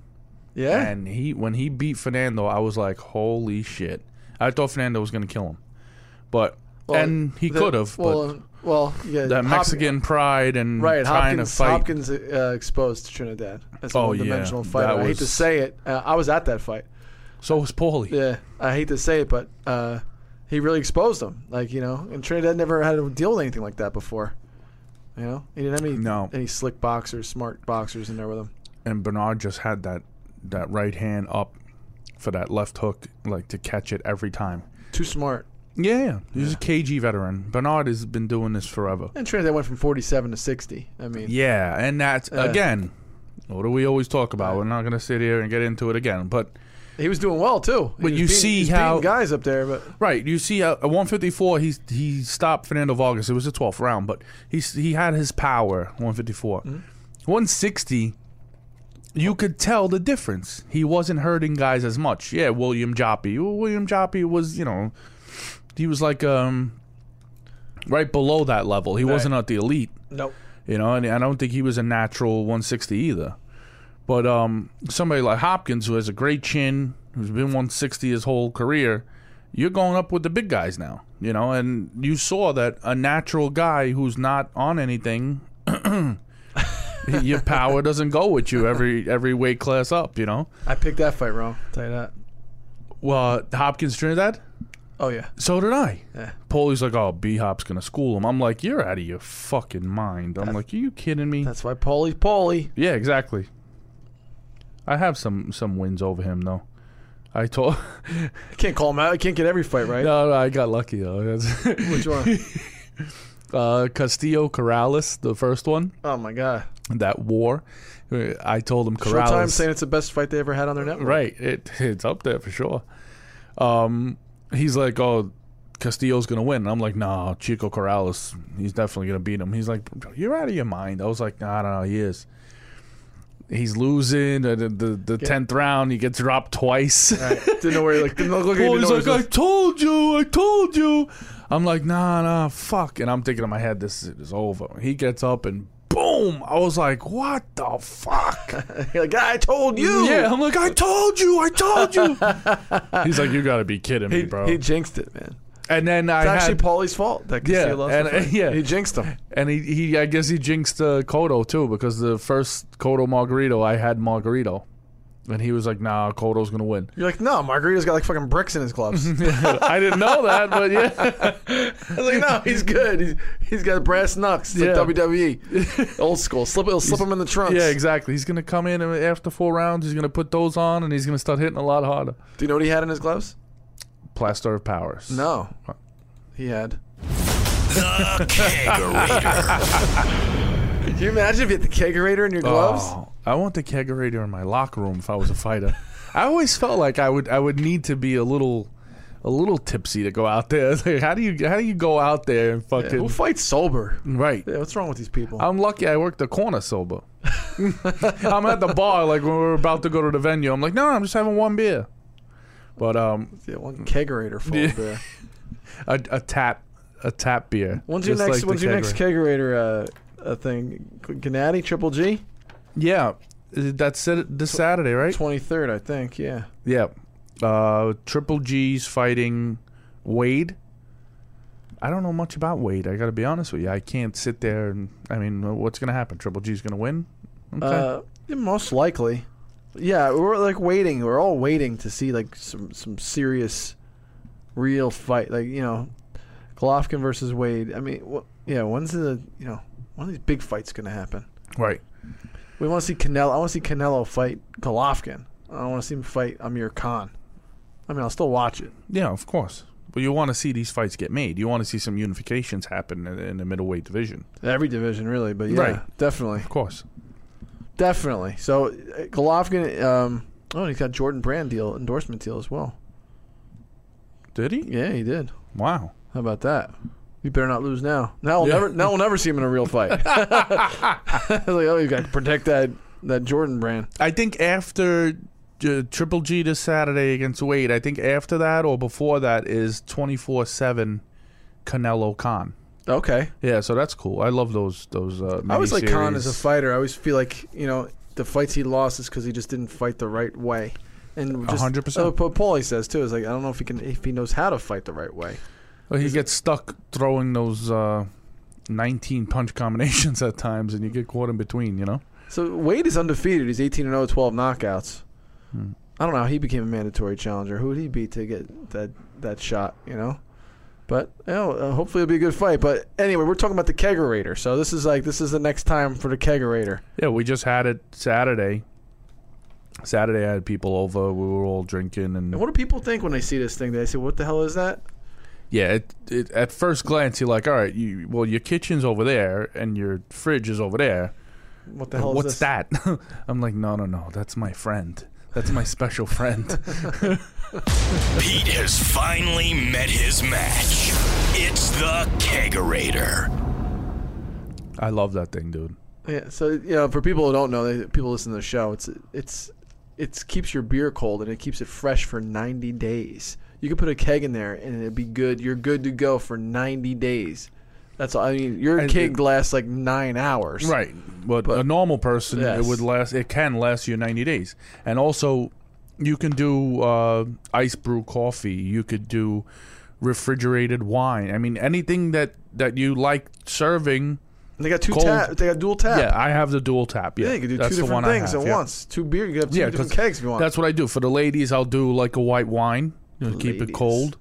Yeah. and he when he beat Fernando, I was like, holy shit! I thought Fernando was gonna kill him, but Well, and he the- could have. Well, but um, well, yeah. that Hopkins- Mexican pride and Right, trying Hopkins. to fight. Hopkins uh, exposed to Trinidad as a Oh, yeah, one-dimensional that fighter. I hate was- to say it. Uh, I was at that fight. So was Paulie. Yeah, I hate to say it, but uh, he really exposed him. Like you know, and Trinidad never had to deal with anything like that before. You know, he didn't have any No. any slick boxers, smart boxers in there with him. And Bernard just had that that right hand up for that left hook, like to catch it every time. Too smart. Yeah, yeah. He's a KG veteran. Bernard has been doing this forever. And Trinidad went from forty-seven to sixty. I mean, Yeah, and that's Uh, again. What do we always talk about? We're not going to sit here and get into it again. But he was doing well too. He But was you beating- see he was beating how- guys up there, but right, you see, uh, at 154, he he stopped Fernando Vargas. It was the 12th round, but he s- he had his power. 154, 160. You could tell the difference. He wasn't hurting guys as much. Yeah, William Joppy. Well, William Joppy was, you know, he was like um right below that level. He wasn't at the elite. nope. You know, and I don't think he was a natural 160 either. But um, somebody like Hopkins, who has a great chin, who's been 160 his whole career, you're going up with the big guys now. You know, and you saw that a natural guy who's not on anything, your power doesn't go with you every every weight class up. You know, I picked that fight wrong. I'll tell you that. well, Hopkins Trinidad. Oh yeah. So did I. Yeah. Polly's like, oh, B Hop's gonna school him. I'm like, you're out of your fucking mind. I'm like, are you kidding me? That's why Paulie Paulie. Yeah, exactly. I have some some wins over him though. I told Can't call him out. Can't get every fight right. no, no, I got lucky though. That's- Which one? uh, Castillo Corrales, the first one oh my god. that war. I told him Corrales. Showtime saying it's the best fight they ever had on their network. Right. It it's up there for sure. Um, he's like, oh, Castillo's gonna win. And I'm like, nah, Chico Corrales, he's definitely gonna beat him. He's like, you're out of your mind. I was like, nah, nah, he is. He's losing uh, the the, the tenth round. He gets dropped twice. Didn't know where. Like didn't look like. he Oh, didn't he's know like, where he I was told you, I told you. I'm like, nah, nah, fuck. And I'm thinking in my head, this is over. He gets up and boom. I was like, what the fuck? You're like I told you. Yeah, I'm like, I told you, I told you. He's like, you gotta be kidding me, He, bro. he jinxed it, man. and then I It's actually had, Paulie's fault that Castillo Yeah, lost. and- uh, the fight. yeah. He jinxed him. and he, he, I guess he jinxed uh, Kodo too because the first Kodo Margarito, I had Margarito, and he was like, nah, Kodo's gonna win. You're like, no, Margarito's got like fucking bricks in his Mm-hmm. gloves. I didn't know that, but yeah, I was like, no, he's good. He's, he's got brass knucks. It's Yeah. like WWE, old school. Slip, he'll slip him in the trunks. yeah, exactly. He's gonna come in and after four rounds, he's gonna put those on, and he's gonna start hitting a lot harder. Do you know what he had in his gloves? Plaster of Powers. No, he had. The Kegerator. Can you imagine if you had the kegerator in your gloves? Oh, I want the kegerator in my locker room if I was a fighter. I always felt like I would I would need to be a little a little tipsy to go out there. It's like, how do you how do you go out there and Who fucking fights sober? right? Yeah, what's wrong with these people? I'm lucky I worked the corner sober. I'm at the bar like when we were about to go to the venue. I'm like, no, no, I'm just having one beer. But um, yeah, one kegerator full Yeah. of beer. a, a tap a tap beer. When's your just next? like the when's your next kegerator. kegerator uh, uh, thing? Gennady Triple G, Yeah, that's it. This Saturday, right? twenty third, I think. Yeah. Yeah. Uh, Triple G's fighting Wade. I don't know much about Wade. I got to be honest with you. I can't sit there and. I mean, uh, what's going to happen? Triple G's going to win? Okay. Uh, yeah, most likely. Yeah, we're like waiting. We're all waiting to see like some some serious, real fight. Like you know, Golovkin versus Wade. I mean, wh- yeah. When's the you know one of these big fights gonna happen? right. We want to see Canelo. I want to see Canelo fight Golovkin. I don't want to see him fight Amir Khan. I mean, I'll still watch it. Yeah, of course. But you want to see these fights get made. You want to see some unifications happen in, in the middleweight division. Every division, really, but yeah, Right. definitely, Of course. definitely. So uh, Golovkin. Um, oh, he's got Jordan Brand deal endorsement deal as well. Did he? Yeah, he did. Wow. How about that? You better not lose now. Now we'll Yeah. never now we'll never see him in a real fight. It's like, oh, you got to protect that that Jordan brand. I think after uh, Triple G this Saturday against Wade, I think after that or before that is 24 7 Canelo Khan. Okay. Yeah, so that's cool. I love those those. Uh, I always like Khan miniseries. as a fighter. I always feel like you know the fights he lost is because he just didn't fight the right way. And just, 100%. uh, What Paulie says too is like I don't know if he can if he knows how to fight the right way. Well, he gets stuck throwing those uh, 19 punch combinations at times, and you get caught in between. You know, So Wade is undefeated. He's 18 and 0, 12 knockouts. Hmm. I don't know how he became a mandatory challenger. Who would he beat to get that that shot? You know, but you know, uh, hopefully it'll be a good fight. But anyway, we're talking about the kegerator. So this is like this is the next time for the kegerator. yeah, we just had it Saturday. Saturday, I had people over. We were all drinking, and And what do people think when they see this thing? They say, "What the hell is that?" yeah, it, it, at first glance, you're like, all right, you well, your kitchen's over there, and your fridge is over there. What the hell? What's is this? that? I'm like, no, no, no, that's my friend. That's my special friend. Pete has finally met his match. It's the Kegerator. I love that thing, dude. Yeah. So you know, for people who don't know, they, people listen to the show. It's it's it keeps your beer cold and it keeps it fresh for 90 days. You could put a keg in there and it'd be good. You're good to go for 90 days. That's all. I mean, your And keg it- lasts like nine hours. Right. But, a normal person, Yes. it would last. It can last you ninety days, and also you can do uh, ice brew coffee. You could do refrigerated wine. I mean, anything that that you like serving. And they got two Cold. tap. They got dual tap. Yeah, I have the dual tap. Yeah, Yeah, you can do that's two the one different things I have, at yeah. once. Two beer. You got two Yeah, different 'cause kegs if you want. That's what I do for the ladies. I'll do like a white wine. You know, keep it Ladies. cold.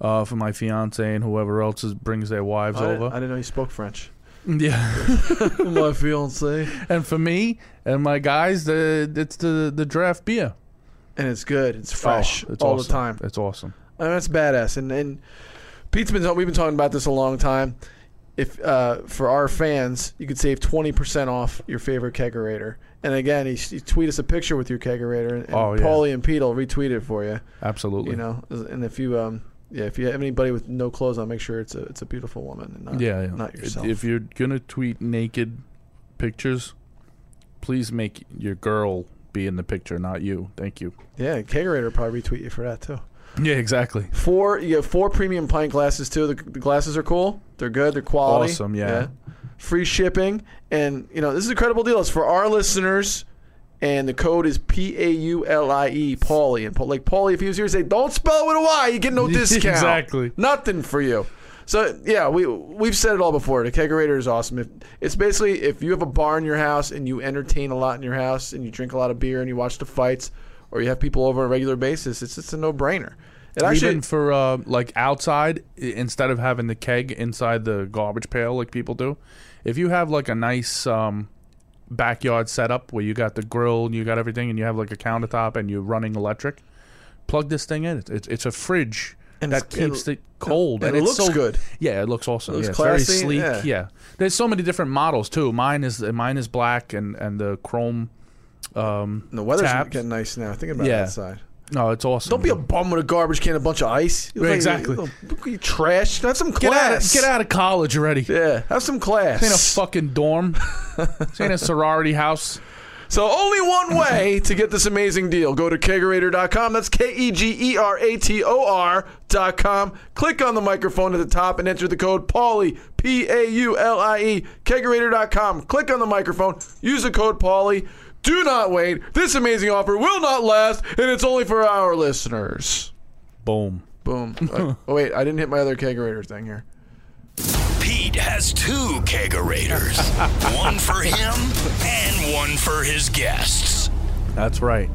uh, for my fiance and whoever else is, brings their wives I, over. I didn't know you spoke French. yeah, My fiance, and for me and my guys, the it's the the draft beer. and it's good. It's Oh, fresh it's all awesome. the time. It's awesome. I mean, that's badass. And and Pete's been we've been talking about this a long time. If uh, for our fans, you could save twenty percent off your favorite kegerator. And again, he, he tweet us a picture with your kegerator, and, and Oh, yeah. Paulie and Pete will retweet it for you. Absolutely. You know, and if you um yeah, if you have anybody with no clothes on, make sure it's a it's a beautiful woman and not yeah, yeah. not If- yourself. If you're gonna tweet naked pictures, please make your girl be in the picture, not you. Thank you. yeah, kegerator will probably retweet you for that too. Yeah, exactly. Four you get four premium pint glasses too. The, the glasses are cool. They're good. They're quality. Awesome, yeah. Free shipping and you know this is a credible deal. It's for our listeners. And the code is P A U L I E, Paulie. And Paul, like Paulie, if he was here, he'd say, "Don't spell it with a Y. You get no discount. Exactly. nothing for you." So yeah, we we've said it all before. The kegerator is awesome. If, it's basically if you have a bar in your house and you entertain a lot in your house and you drink a lot of beer and you watch the fights or you have people over on a regular basis, it's it's a no brainer. It Even for uh, like outside, i- instead of having the keg inside the garbage pail like people do, if you have like a nice um, backyard setup where you got the grill and you got everything, and you have like a countertop and you're running electric, plug this thing in. It's it's, it's a fridge And that it's- keeps it- it cold and it it's looks so- good. Yeah, it looks awesome. It looks yeah, it's classy, very sleek. yeah. Yeah. there's so many different models too. Mine is mine is black and and the chrome. Um, And the weather's taps. getting nice now. Thinking about Yeah. outside. no, it's awesome. Don't be a bum with a garbage can, and a bunch of ice. You look Right, like- exactly. You, look- you trash. Have some get out of class. get out of college already. Yeah, have some class. This ain't a fucking dorm. this ain't a sorority house. so only one way to get this amazing deal. Go to kegerator.com. That's K E G E R A T O R dot com. Click on the microphone at the top and enter the code Paulie P A U L I E kegerator.com. Click on the microphone. Use the code Paulie. Do not wait. This amazing offer will not last, and it's only for our listeners. Boom. Boom. Uh, oh, wait, I didn't hit my other kegerator thing here. Pete has two kegerators one for him and one for his guests. That's right.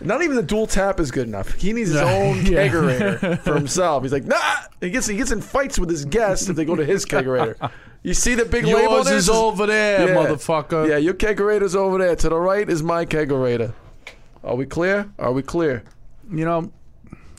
Not even the dual tap is good enough. He needs his No. own Yeah. kegerator for himself. He's like, nah. He gets he gets in fights with his guests if they go to his kegerator. You see the big label? Yours there? is It says- over there, Yeah. motherfucker. Yeah, your kegerator's over there. To the right is my kegerator. Are we clear? Are we clear? You know,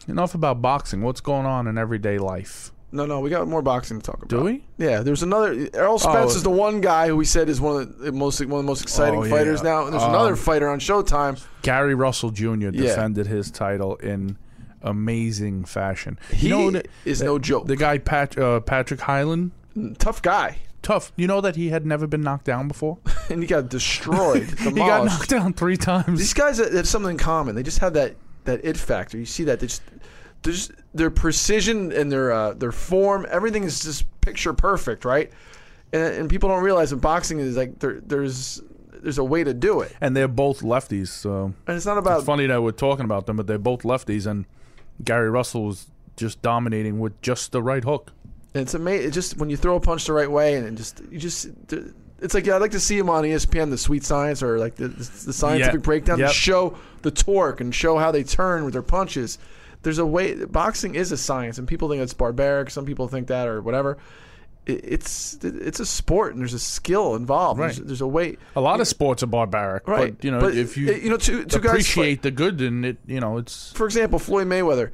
enough about boxing. What's going on in everyday life? No, no, we got more boxing to talk about. Do we? Yeah, there's another. Errol Spence is the one guy who we said is one of the most one of the most exciting Oh, yeah. Um, fighters now. And there's another fighter on Showtime. Gary Russell Jr. defended his title in amazing fashion. He you know that- is no joke. the guy Pat, uh, Patrick Hyland, tough guy, tough. You know that he had never been knocked down before. and he got destroyed. demolished. he got knocked down three times. These guys that have something in common. They just have that that it factor. You see that they just, they're just their precision and their uh, their form. Everything is just picture perfect, right? And, and people don't realize that boxing is like there, there's there's a way to do it, And they're both lefties, so and it's not about it's funny that we're talking about them, but they're both lefties, and Gary Russell was just dominating with just the right hook. It's amazing. It just when you throw a punch the right way, and it just you just it's like yeah, I'd like to see him on E ESPN, the Sweet Science or like the, the scientific Yeah. breakdown Yep. to show the torque and show how they turn with their punches. There's a way. Boxing is a science, and people think it's barbaric. Some people think that or whatever. It, it's it's a sport, and there's a skill involved. Right. There's, there's a way. A lot of sports are barbaric, Right. But you know, But, if you uh, you know, two- two guys appreciate the good, then it you know it's For example, Floyd Mayweather.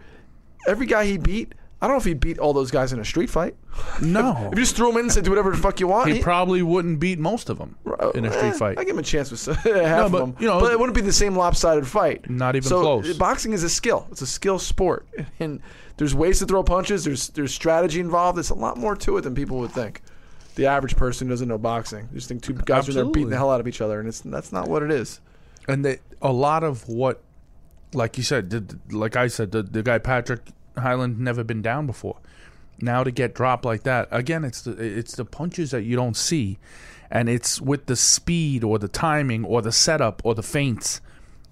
Every guy he beat, I don't know if he beat all those guys in a street fight. no. If you just threw him in and said, "Do whatever the fuck you want," He he- probably wouldn't beat most of them in a Eh, street fight. I give him a chance with s- half but, of them, you know, but it wouldn't be the same lopsided fight. Not even so, close. uh, Boxing is a skill. It's a skill sport, and there's ways to throw punches. There's there's strategy involved. There's a lot more to it than people would think. The average person doesn't know boxing. They just think two guys are there beating Absolutely. the hell out of each other, and it's that's not what it is. and they, a lot of what, like you said, the, like I said, the, the guy Patrick Highland never been down before. Now to get dropped like that again, it's the it's the punches that you don't see, and it's with the speed or the timing or the setup or the feints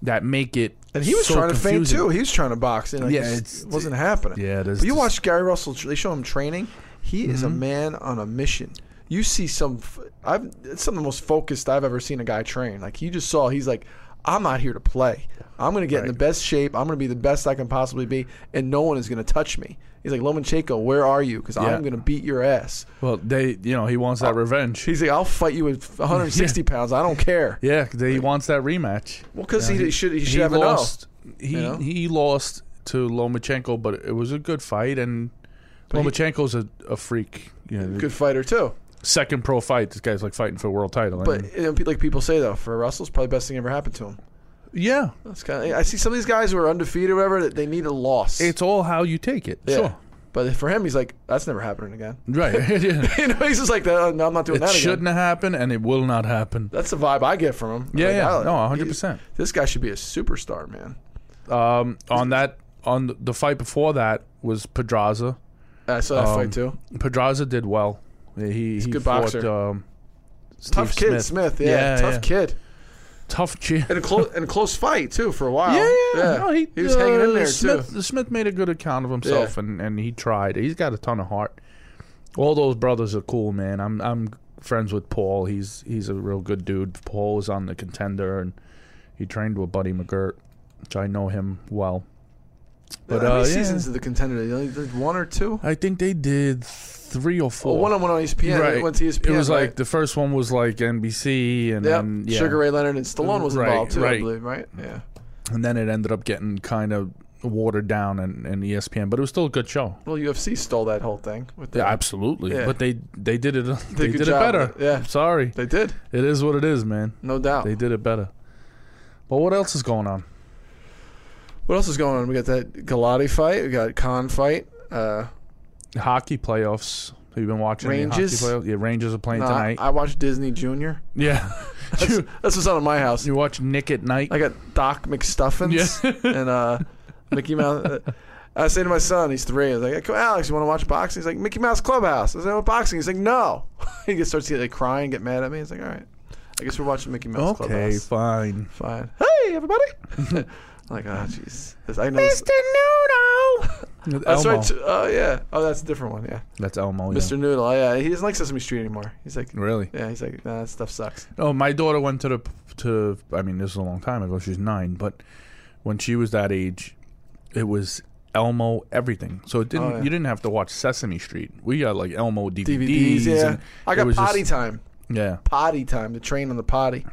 that make it. And he was so trying to faint confusing. too. He was trying to box, and like, Yeah, it just it's- wasn't happening. yeah, it is Mm-hmm. But you just- watch Gary Russell; they show him training. He is a man on a mission. You see some, f- I've it's some of the most focused I've ever seen a guy train. Like you just saw, he's like, I'm not here to play. I'm going to get in the best shape. I'm going to be the best I can possibly be, and no one is going to touch me. He's like, Lomachenko, where are you? Because Yeah. I'm going to beat your ass. Well, they, you know, he wants Uh, that revenge. He's like, I'll fight you at 160 pounds. I don't care. Yeah, 'cause he wants that rematch. Well, because he, should he should he have an O. lost. He you know? he lost to Lomachenko, but it was a good fight, and Lomachenko's a, a freak. You know, Good fighter too. second pro fight. This guy's like fighting for a world title. I But mean, you know, like people say though, for Russell, it's probably the best thing ever happened to him. yeah, That's kind of, I see some of these guys who are undefeated, or whatever. that They need a loss. it's all how you take it. yeah. Sure, But for him, he's like, that's never happening again. right. Yeah. you know, he's just like, "Oh, no, I'm not doing It that shouldn't have again. happened, and it will not happen. That's the vibe I get from him. Yeah, Like, yeah. I- No, he- 100%. This guy should be a superstar, man. On that, on the- the fight before that was Pedraza. I saw that Um, fight too. Pedraza did well. He he's a he good fought, boxer. Um, Tough Steve kid, Smith. yeah, tough yeah. kid. Tough kid. And a close and a close fight too for a while. Yeah, yeah. No, he, was hanging in uh, there Smith, too. Smith made a good account of himself, Yeah. and, and he tried. He's got a ton of heart. All those brothers are cool, man. I'm I'm friends with Paul. He's he's a real good dude. Paul was on the contender, and he trained with Buddy McGirt, which I know him well. But How uh, many yeah. seasons of the contender? You know, they did One or two? I think they did three or Well, four. one on one on E ESPN. It went to ESPN. It was right? like the first one was like NBC, and Yep. then yeah. Sugar Ray Leonard and Stallone was Right, involved too, right. I believe, right? Yeah. and then it ended up getting kind of watered down E and, and ESPN, but it was still a good show. Well, UFC stole that whole thing. With Yeah, the- absolutely. Yeah. But they they did it. They good did it job with better. it, yeah. I'm sorry. they did, It is what it is, man. no doubt. They did it better. But what else is going on? What else is going on? We got that Galati fight. We got Khan fight. Uh, Hockey playoffs. Have you been watching any Rangers? hockey playoffs? Yeah, Rangers are playing no, I, tonight. I watched Disney Junior. yeah, you, That's what's on at my house. you watch Nick at night. I got Doc McStuffins and uh, Mickey Mouse. uh, I say to my son, he's three. I was like, "Come, Alex, you want to watch boxing?" He's like, "Mickey Mouse Clubhouse." I was like, "What boxing?" He's like, "No." he gets starts to get, like crying, get mad at me. He's like, "All right, I guess we're watching Mickey Mouse okay, Clubhouse." fine. Fine. Hey, everybody. I'm like, oh, jeez. This- I know. this- Elmo. That's right. too- Oh, yeah. Oh, that's a different one. Yeah. That's Elmo. Mr. Yeah. Noodle. Oh, yeah. He doesn't like Sesame Street anymore. He's like, Really? yeah. He's like, nah, that stuff sucks. Oh, my daughter went to the to. I mean, this is a long time ago. She's nine, but when she was that age, it was Elmo everything. So it didn't. Oh, yeah. You didn't have to watch Sesame Street. We got like Elmo DVDs. DVDs. Yeah. and I it got was just- potty time. Yeah. Potty time. The train on the potty.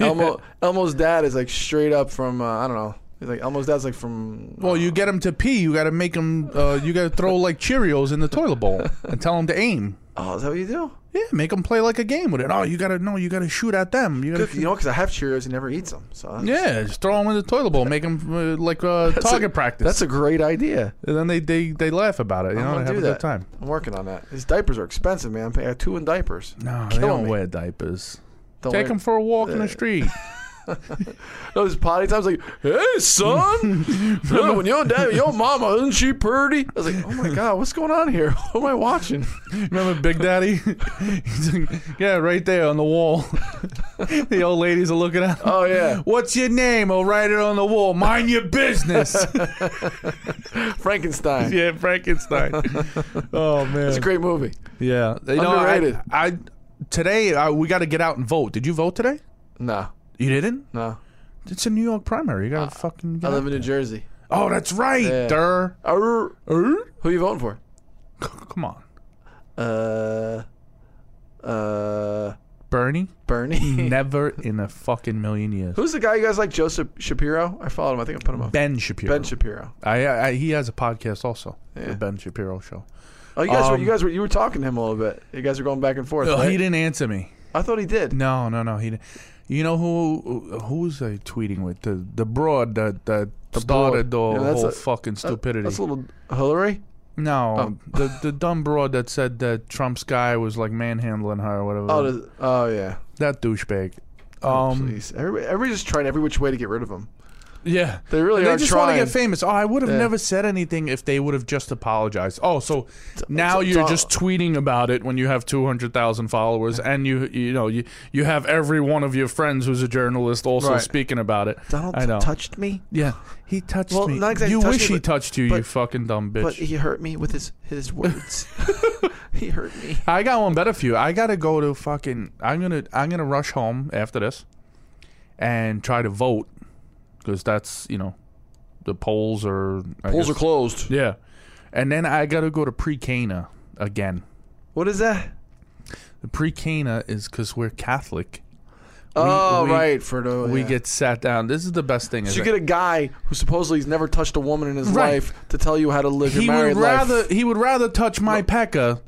Elmo. Elmo's dad is like straight up from uh, I don't know. He's like Elmo's dad's like from. Well, you get him to pee. You got to make him. Uh, you got to throw like Cheerios in the toilet bowl and tell him to aim. Oh, is that what you do? Yeah, make him play like a game with it. Oh, you got to no, you got to shoot at them. You got Good. You to. know, because I have Cheerios, he never eats them. So that's- Yeah, just throw him in the toilet bowl. Make him uh, like uh, that's a- target practice. That's a great idea. and then they, they they laugh about it. You I'm know, gonna they have do a that. good time. I'm working on that. His diapers are expensive, man. I got two in diapers. No, they Killing don't me. wear diapers. Don't Take wear- them for a walk in the street. No, his potty time's like, hey, son, remember when your dad, your mama, isn't she pretty? I was like, oh my god, what's going on here? What am I watching? Remember Big Daddy? He's like, yeah, right there on the wall. the old ladies are looking at him. Oh yeah, What's your name? I'll write it on the wall. Mind your business. Frankenstein. yeah, Frankenstein. oh man, It's a great movie. yeah. You know, I- Underrated. I, today I, we got to get out and vote. Did you vote today? No, You didn't. no, It's a New York primary. You gotta fucking. Get I out. live in New Jersey. oh, that's right. Uh, Yeah. Durr. Arr. Er? Who you voting for? Come on, Uh, uh, Bernie. Bernie. Never in a fucking million years. Who's the guy you guys like? Joseph Shapiro. I followed him. I think I put him up. Ben Shapiro. Ben Shapiro. I, I he has a podcast also, Yeah. the Ben Shapiro show. Oh, you guys were Um, you guys were you were talking to him a little bit. You guys were going back and forth. Oh, right? he didn't answer me. I thought he did. No, no, no. He didn't. You know who who was I tweeting with? The the broad that that started the Yeah, that's whole a- fucking stupidity. That's a Oh. little Hillary. no, the the dumb broad that said that Trump's guy was like manhandling her or whatever. Oh, does, oh yeah. that douchebag. Um, Please. Everybody, everybody's just trying every which way to get rid of him. yeah, They really And are They just trying. to get famous. Oh, I would have Yeah. never said anything if they would have just apologized. Oh, so now it's- you're it's- just tweeting about it when you have two hundred thousand followers, and you you know you you have every one of your friends who's a journalist also Right. speaking about it. Donald I know. touched me, Yeah, he touched Well, me. not exactly you touched wish me, he but- touched you, you but- fucking dumb bitch. but he hurt me with his his words. he hurt me. I got one better for you. I gotta go to fucking. I'm gonna I'm gonna rush home after this, and try to vote because that's you know the polls are I Polls are guess- closed. Yeah, and then I got to go to Pre-Cana again. What is that? The Pre-Cana is because we're Catholic. oh, we- right. For the We yeah. get sat down. This is the best thing. So is you that- get a guy who supposedly has never touched a woman in his Right. life to tell you how to live your he married would rather life. he would rather touch my pecker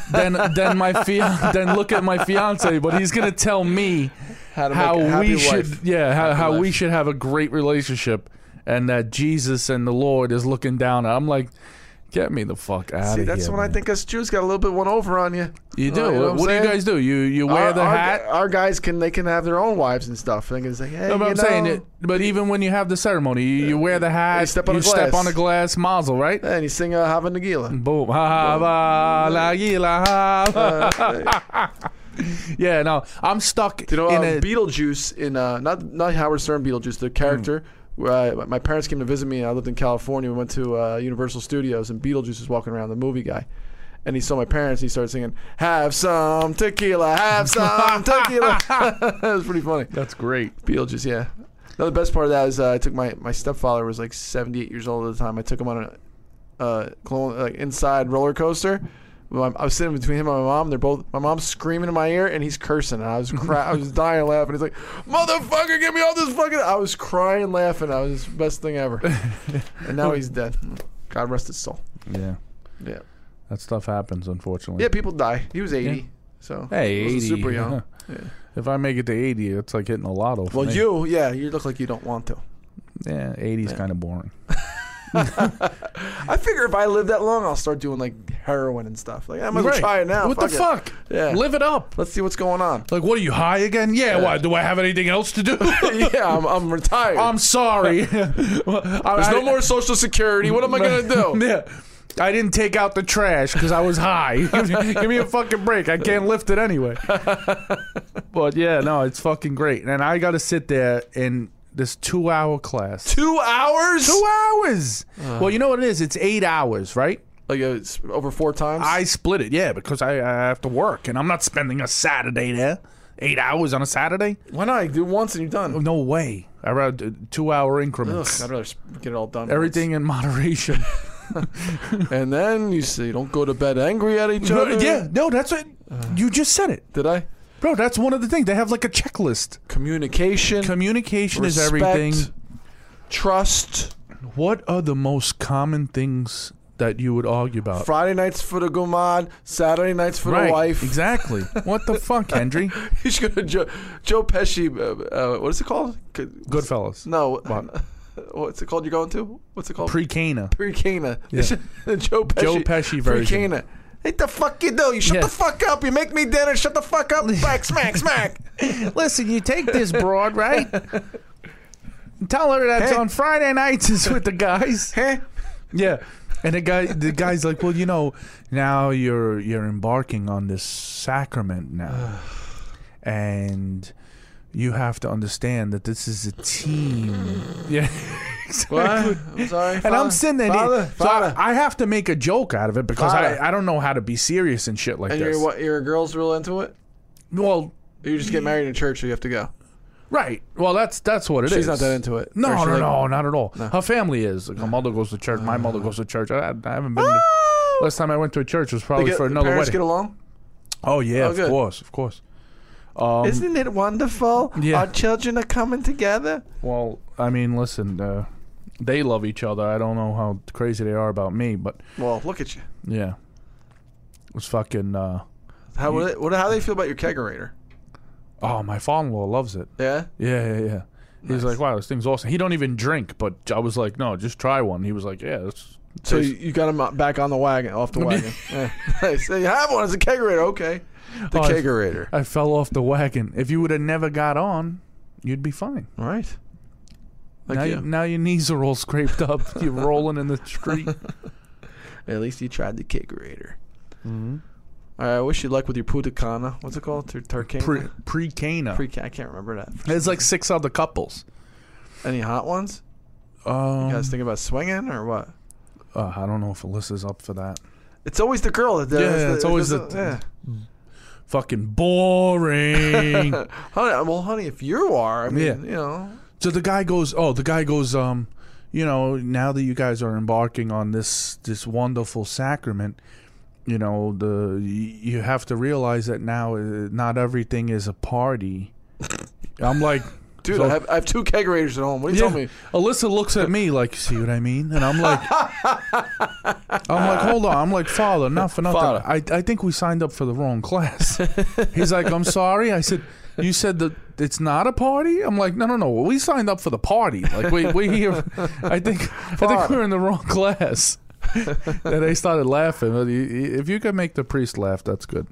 than than my fian- than look at my fiance. But he's gonna tell me How to make a how happy we life. should yeah how, how we life. should have a great relationship and that Jesus and the Lord is looking down. I'm like, get me the fuck out See, of that's here. when I man." think us Jews got a little bit one over on you. you do. Uh, know what I'm what do you saying? guys do? You you wear our, the our hat. gu- Our guys can they can have their own wives and stuff. And they can say, hey, No, but you I'm saying know, it. But even when you have the ceremony, you, you wear the hat. You step on a step glass. on a glass mazel, right? And you sing uh, Hava Nagila. Boom. Ha, ha, ba, la, yi, la, ha, ba. yeah, no, I'm stuck Uh, You know, in uh, a. Beetlejuice in uh, not not Howard Stern Beetlejuice, the Mm. character. Uh, my parents came to visit me. I lived in California. We went to uh, Universal Studios, and Beetlejuice was walking around, the movie guy. And he saw my parents. He started singing, "Have some tequila, have some tequila." that was pretty funny. That's great. Beetlejuice, yeah. No, the best part of that is uh, I took my my stepfather was like 78 years old at the time. I took him on a uh, clone, like inside roller coaster. Well, I was sitting between him and my mom. They're both my mom's screaming in my ear and he's cursing. And I was cry- I was dying laughing. He's like, "Motherfucker, give me all this fucking!" I was crying laughing. I was best thing ever. and now he's dead. God rest his soul. Yeah, Yeah, that stuff happens, unfortunately. yeah. People die. He was 80, Yeah. so Hey, he wasn't 80. super young. If I make it to 80, it's like hitting a lotto. for Well, me. you, yeah, you look like you don't want to. Yeah, 80 is kind of boring. I figure if I live that long, I'll start doing like heroin and stuff. Like I might as well Right. try it now. What the it. fuck? Yeah. Live it up. Let's see what's going on. Like, what are you high again? Yeah. Why do I have anything else to do? yeah, I'm, I'm retired. I'm sorry. Well, I- There's no I- more Social Security. What am I gonna do? Yeah. I didn't take out the trash because I was high. Give me a fucking break. I can't lift it anyway. but yeah, no, it's fucking great. And I got to sit there in this two hour class. Two hours? Two hours. Uh. well, you know what it is? It's eight hours, right? Like uh, it's over four times. I split it, yeah, because I, I have to work and I'm not spending a Saturday there. Eight hours on a Saturday? Why not? You do it once and you're done. No way. I read two hour Ugh, increments. I'd rather s- get it all done. Everything in moderation. once. And then you say, don't go to bed angry at each other. yeah, no, that's what you just said it. Did I? Bro, that's one of the things. They have like a checklist. Communication. Communication is respect, everything. Trust. What are the most common things that you would argue about? Friday nights for the gumad. Saturday nights for right, the wife. Exactly. what the fuck, Hendry? He's gonna Joe, Joe Pesci. Uh, uh, what is it called? C- Goodfellas. No. What? What's it called? You're going to? What's it called? Pre Cana. Pre-Cana. Yeah. the Joe Pesci. Joe Pesci version. Pre-Cana. Hey, the fuck you do? You shut Yeah. the fuck up. You make me dinner. Shut the fuck up. Smack, smack, smack. Listen, you take this broad, right? Tell her that's Hey. on Friday nights is with the guys. Huh? Yeah. And the guy, the guy's like, well, you know, now you're you're embarking on this sacrament now, and you have to understand that this is a team. Yeah. What? I'm sorry. And Father. I'm sitting there, Father, so I- Father. I, have to make a joke out of it because Father. I, I don't know how to be serious and shit like and this. your what? Your girl's real into it. Well, Or you just get married in church, so you have to go. right. Well, that's that's what it is. She's not that into it. Or No, she no, like- no, not at all. Her family is. Like, her mother goes to church. My mother goes to church. I, I haven't been. to- last time I went to a church was Oh! They probably get- Oh, for the another parents wedding. get along. Oh yeah, Oh, of good. course, of course. Isn't it wonderful? Um, Yeah. Our children are coming together. Well, I mean, listen, uh, they love each other. I don't know how crazy they are about me, but Well, look at you. yeah, it was fucking. Uh, How would it, what? How do they feel about your kegerator? oh, my father-in-law loves it. Yeah. Yeah, yeah, yeah. He was like, "Wow, this thing's awesome." He don't even drink, but I was like, "No, just try one." He was like, "Yeah, that's." So you, you got him back on the wagon, off the wagon. yeah. Nice. So you have one as a kegerator, okay? The Oh, I- kegerator. I fell off the wagon. If you would have never got on, you'd be fine. All right. now, Like you- you. now your knees are all scraped up. You're rolling in the street. At least you tried the kegerator. Mm-hmm. All right. I wish you luck with your putacana. What's it called? Tur- Turcana. Pre pre cana. Pre- I can't remember that. There's like six other couples. Any hot ones? Um, You guys think about swinging or what? Uh, I don't know if Alyssa's up for that. It's always the girl that does. Yeah, the- it's always does the- yeah. Fucking boring. Honey, uh, well, honey, if you are, I mean, Yeah. you know, So the guy goes, oh, the guy goes, um, you know, now that you guys are embarking on this this wonderful sacrament, you know, the y- you have to realize that now uh, not everything is a party. I'm like, dude, so- I, have, I have two kegerators at home. What are you yeah. telling me? Alyssa looks at me like, see what I mean? And I'm like, I'm like, hold on. I'm like, father, enough for nothing. Father. I, I think we signed up for the wrong class. He's like, I'm sorry. I said, you said that it's not a party. I'm like, no, no, no. We signed up for the party. Like, we we here. I think I think Father. we're in the wrong class. and they started laughing. But you- you- If you can make the priest laugh, that's good.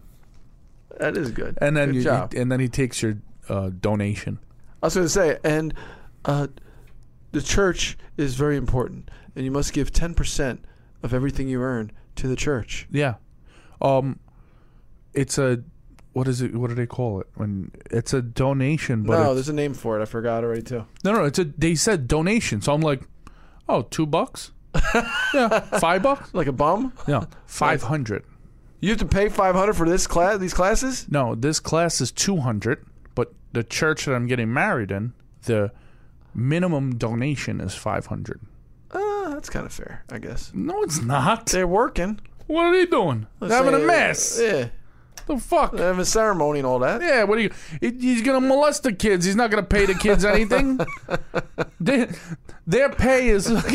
That is good. And then Good you, job. and then he takes your uh, donation. I was going to say, and uh, the church is very important, and you must give ten percent of everything you earn to the church. Yeah. Um it's a what is it what do they call it? When it's a donation but no, it's- there's a name for it. I forgot already too. no, no, it's a they said donation. So I'm like, "Oh, 2 bucks?" yeah, 5 bucks? Like a bum, No, 500. you have to pay five hundred for this class, these classes. No, this class is 200, but the church that I'm getting married in, the minimum donation is 500. Uh, that's kind of fair, I guess. No, it's not. They're working, What are they doing? They're having a Say, mess. Yeah, The fuck? they're having a ceremony and all that. Yeah, what are you? he- He's gonna molest the kids. He's not gonna pay the kids anything. their, their pay is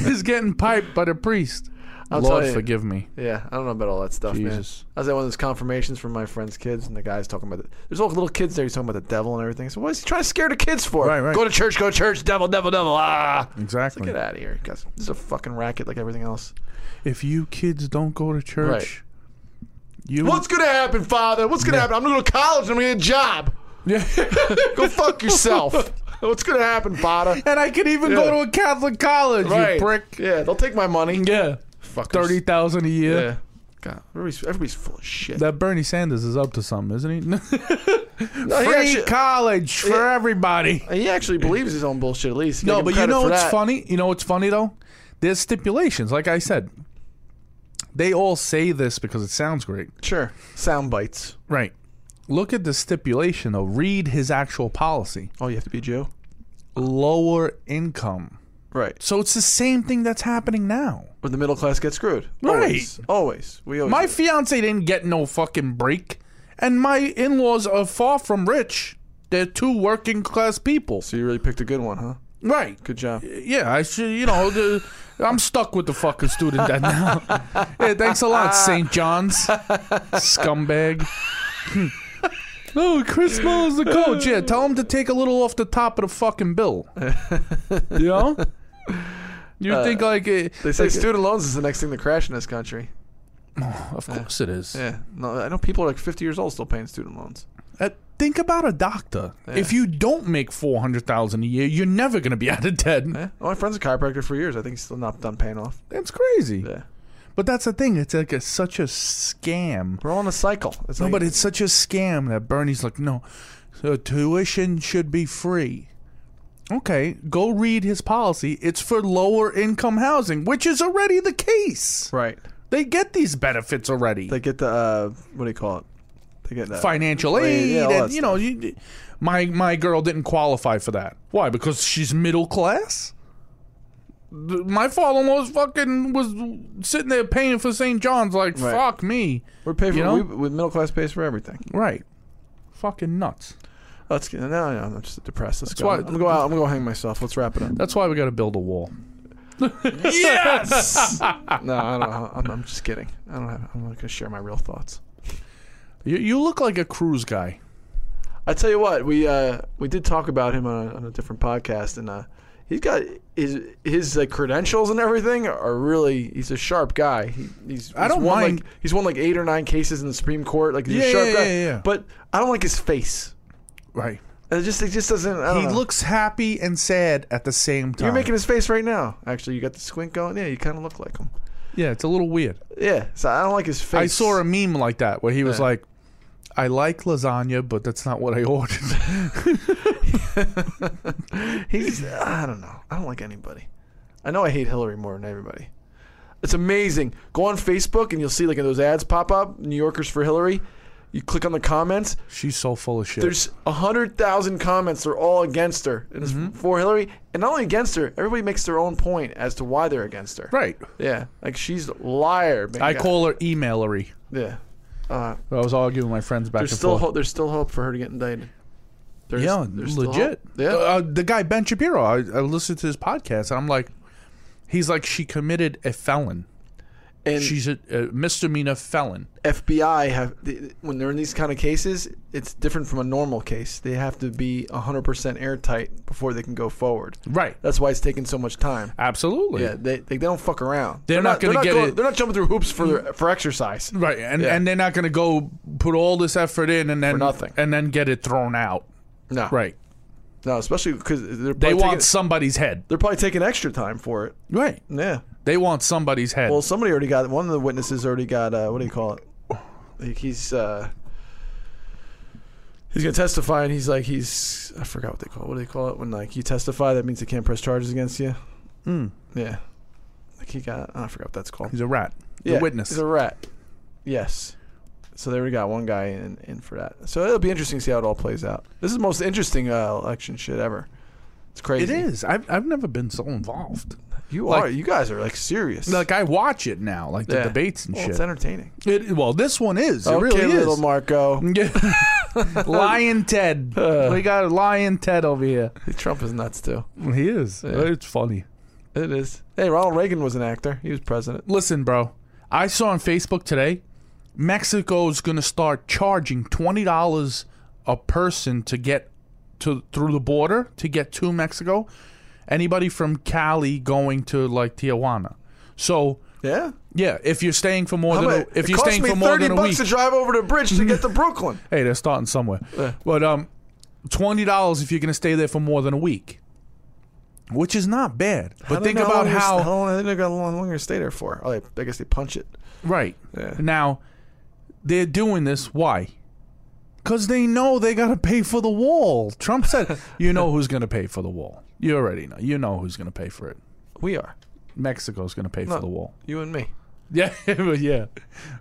is getting piped by the priest. I'll Lord, tell you. forgive me. Yeah, I don't know about all that stuff, Jesus. man. I was at one of those confirmations from my friend's kids, and the guy's talking about the, there's all little kids there. He's talking about the devil and everything. So what is he trying to scare the kids for? Right, right. Go to church, go to church, devil, devil, devil. Ah, Exactly. get out of here, guys. This is a fucking racket, like everything else. If you kids don't go to church, you What's gonna happen, father? What's gonna happen? I'm gonna go to college. and I'm gonna get a job. Yeah. Go fuck yourself. What's gonna happen, father? and I could even Yeah. go to a Catholic college. Right. You prick. Yeah, they'll take my money. Yeah, Fuckers. thirty thousand a year. Yeah. God, everybody's, everybody's full of shit. That Bernie Sanders is up to something, isn't he? No, he Free actually- college for Yeah. everybody. he actually believes his own bullshit. At least No, Give him but you credit know for what's that. funny? You know what's funny though? There's stipulations. Like I said, they all say this because it sounds great. Sure, sound bites. Right. Look at the stipulation though. Read his actual policy. Oh, you have to be a Jew? Lower income. Right. So it's the same thing that's happening now. But the middle class gets screwed. Right. Always. Always. We always. My do. fiance didn't get no fucking break, and my in-laws are far from rich. They're two working class people. so you really picked a good one, huh? Right. Good job. Yeah, I should. You know, the, I'm stuck with the fucking student debt now. yeah, thanks a lot, St. John's scumbag. oh, Chris Muller's the coach. Yeah, tell him to take a little off the top of the fucking bill. You know. You think like eh, it, They say student loans is the next thing to crash in this country. Of course it is. Yeah. No, I know people are like 50 years old still paying student loans. Uh, think about a doctor. If you don't make four hundred thousand a year, you're never gonna be out of debt. Yeah. Oh, my friend's a chiropractor for years. I think he's still not done paying off. That's crazy. Yeah. But that's the thing. It's like a, such a scam. We're all in a cycle. It's No, like, but it's such a scam that Bernie's like, no, so tuition should be free. Okay, go read his policy. It's for lower income housing, which is already the case. Right. They get these benefits already. They get the, uh, what do you call it? They get that. Financial aid, yeah, all that and, you know, you, my my girl didn't qualify for that. Why? Because she's middle class. Th- My father-in-law was fucking was sitting there paying for St. John's, like Right. fuck me, We're paying for, you know? we, with middle class pays for everything. right? Fucking nuts. Let's get, no, no, I'm just depressed. Let's go. why- I'm going to go out. I'm going to go hang myself. Let's wrap it up. That's why we got to build a wall. Yes. no, I don't. I'm, I'm just kidding. I don't have. I'm not gonna share my real thoughts. You, you look like a cruise guy. I tell you what, we uh, we did talk about him on a, on a different podcast, and uh, he's got his his like credentials and everything are really. He's a sharp guy. He, he's, I he's don't won, mind- Like, he's won like eight or nine cases in the Supreme Court. Like he's Yeah, a sharp yeah, guy. yeah, yeah. But I don't like his face. Right. It just it just doesn't. I don't He know. looks happy and sad at the same time. Uh. You're making his face right now. Actually, you got the squint going. Yeah, you kind of look like him. yeah, it's a little weird. Yeah. So I don't like his face. I saw a meme like that where he was Yeah. like, I like lasagna, but that's not what I ordered. He's I don't know. I don't like anybody. I know I hate Hillary more than everybody. It's amazing. Go on Facebook and you'll see like those ads pop up, New Yorkers for Hillary. You click on the comments. She's so full of shit. There's a hundred thousand comments. They're all against her and it's Mm-hmm. for Hillary. And not only against her, everybody makes their own point as to why they're against her. right. Yeah. Like she's a liar. Man. I call her emailery. Yeah. Uh, I was arguing with my friends back there's and still forth. hope. There's still hope for her to get indicted. There's, yeah, there's still legit. hope. Yeah. Uh, the guy Ben Shapiro. I, I listened to his podcast, and I'm like, he's like, she committed a felon. and She's a, a misdemeanor felon. FBI have the- when they're in these kind of cases, it's different from a normal case. They have to be 100% airtight before they can go forward. Right. That's why it's taking so much time. Absolutely. Uh, Yeah, they, they, they don't fuck around. They're not gonna get going- it. Mm-hmm. They're not jumping through hoops for their, for exercise. Right, and, Yeah. and they're not going to go put all this effort in and then nothing. and then get it thrown out. No, Right, No, especially because they're they probably want taking, somebody's head. they're probably taking extra time for it. Right, Yeah. they want somebody's head. Well, somebody already got one of the witnesses already got uh, what do you call it? Like he's uh, he's gonna testify, and he's like he's I forgot what they call it. what do they call it when like you testify that means they can't press charges against you. Mm. Yeah, like he got I forgot what that's called. Hmm. he's a rat. yeah, the witness. He's a rat. Yes. So they already got one guy in, in for that. So it'll be interesting to see how it all plays out. This is the most interesting uh, election shit ever. It's it crazy. is. I've I've never been so involved. You Like- are. You guys are like serious. Like I watch it now, like the Yeah. debates and Well, shit. It's entertaining. It, well, this one is. It okay, really is. little Marco. Yeah. Lion Ted. Uh. we got Lion Ted over here. Trump is nuts too. He is. It's funny. It is. Hey, Ronald Reagan was an actor. He was president. Listen, bro. I saw on Facebook today Mexico's going to start charging $20 a person to get to through the border to get to Mexico. Anybody from Cali going to like Tijuana. So, Yeah. yeah, if you're staying for more How than a, about- if it you're cost staying me for more than a bucks week, to drive over the bridge to get to Brooklyn. hey, they're starting somewhere. But um, twenty dollars if you're gonna stay there for more than a week, which is not bad. I But don't think know about long you're- how how long, I think they got long, long you're stay there for. Oh, they- I guess they punch it. right Yeah. now they're doing this. Why? Because they know they gotta pay for the wall. Trump said, "You know who's gonna pay for the wall? You already know. You know who's gonna pay for it. We are Mexico's gonna pay for the wall." you and me. Yeah, but yeah.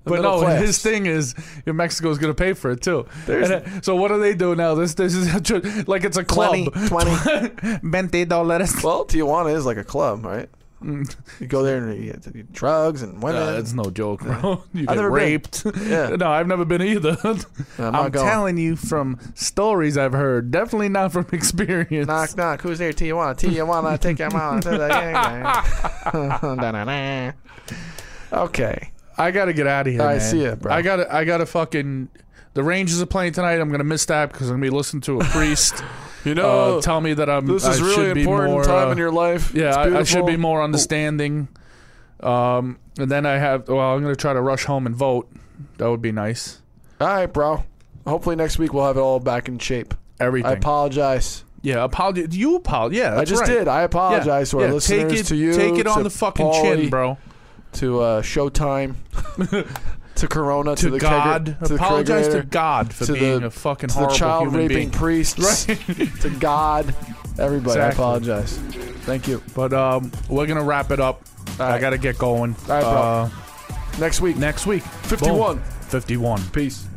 But middle no, class. his thing is yeah, Mexico's going to pay for it too. There's- And, uh, so what do they do now? This this is such a- like it's a club. 20, 20. Veinte dólares. Well, Tijuana is like a club, right? you go there and you get you get drugs and women. Mm. Uh, it's no joke, bro. You get never been. raped. Yeah. No, I've never been either. I'm not I'm going. telling you from stories I've heard, definitely not from experience. knock knock. Who's there? Tijuana. Tijuana. Take your mama. to the gang, gang. Da-na-na. okay. I gotta get out of here. All right, man. see ya, bro. I gotta, I gotta fucking. The Rangers are playing tonight. I'm gonna miss that because I'm gonna be listening to a priest. you know, uh, tell me that I'm. This is I really should be important more, time uh, in your life. Yeah, It's I, I should be beautiful. more understanding. Um, and then I have. Well, I'm gonna try to rush home and vote. That would be nice. All right, bro. Hopefully next week we'll have it all back in shape. Everything. I apologize. yeah, apologize. You apologize. Yeah, I that's just right. did. I apologize to our yeah, listeners, take it, to you, Take it to on the fucking Paulie, chin, bro. to uh, Showtime, to Corona, to, To, the God, kegger- to the apologize to kegerator, God for to being the, a fucking to the horrible child human raping being. priests, to God, everybody. I Exactly. apologize. Thank you. But um, we're gonna wrap it up. I right. gotta get going. right, bro. Uh, Next week, next week, 51. Boom. Fifty-one. peace.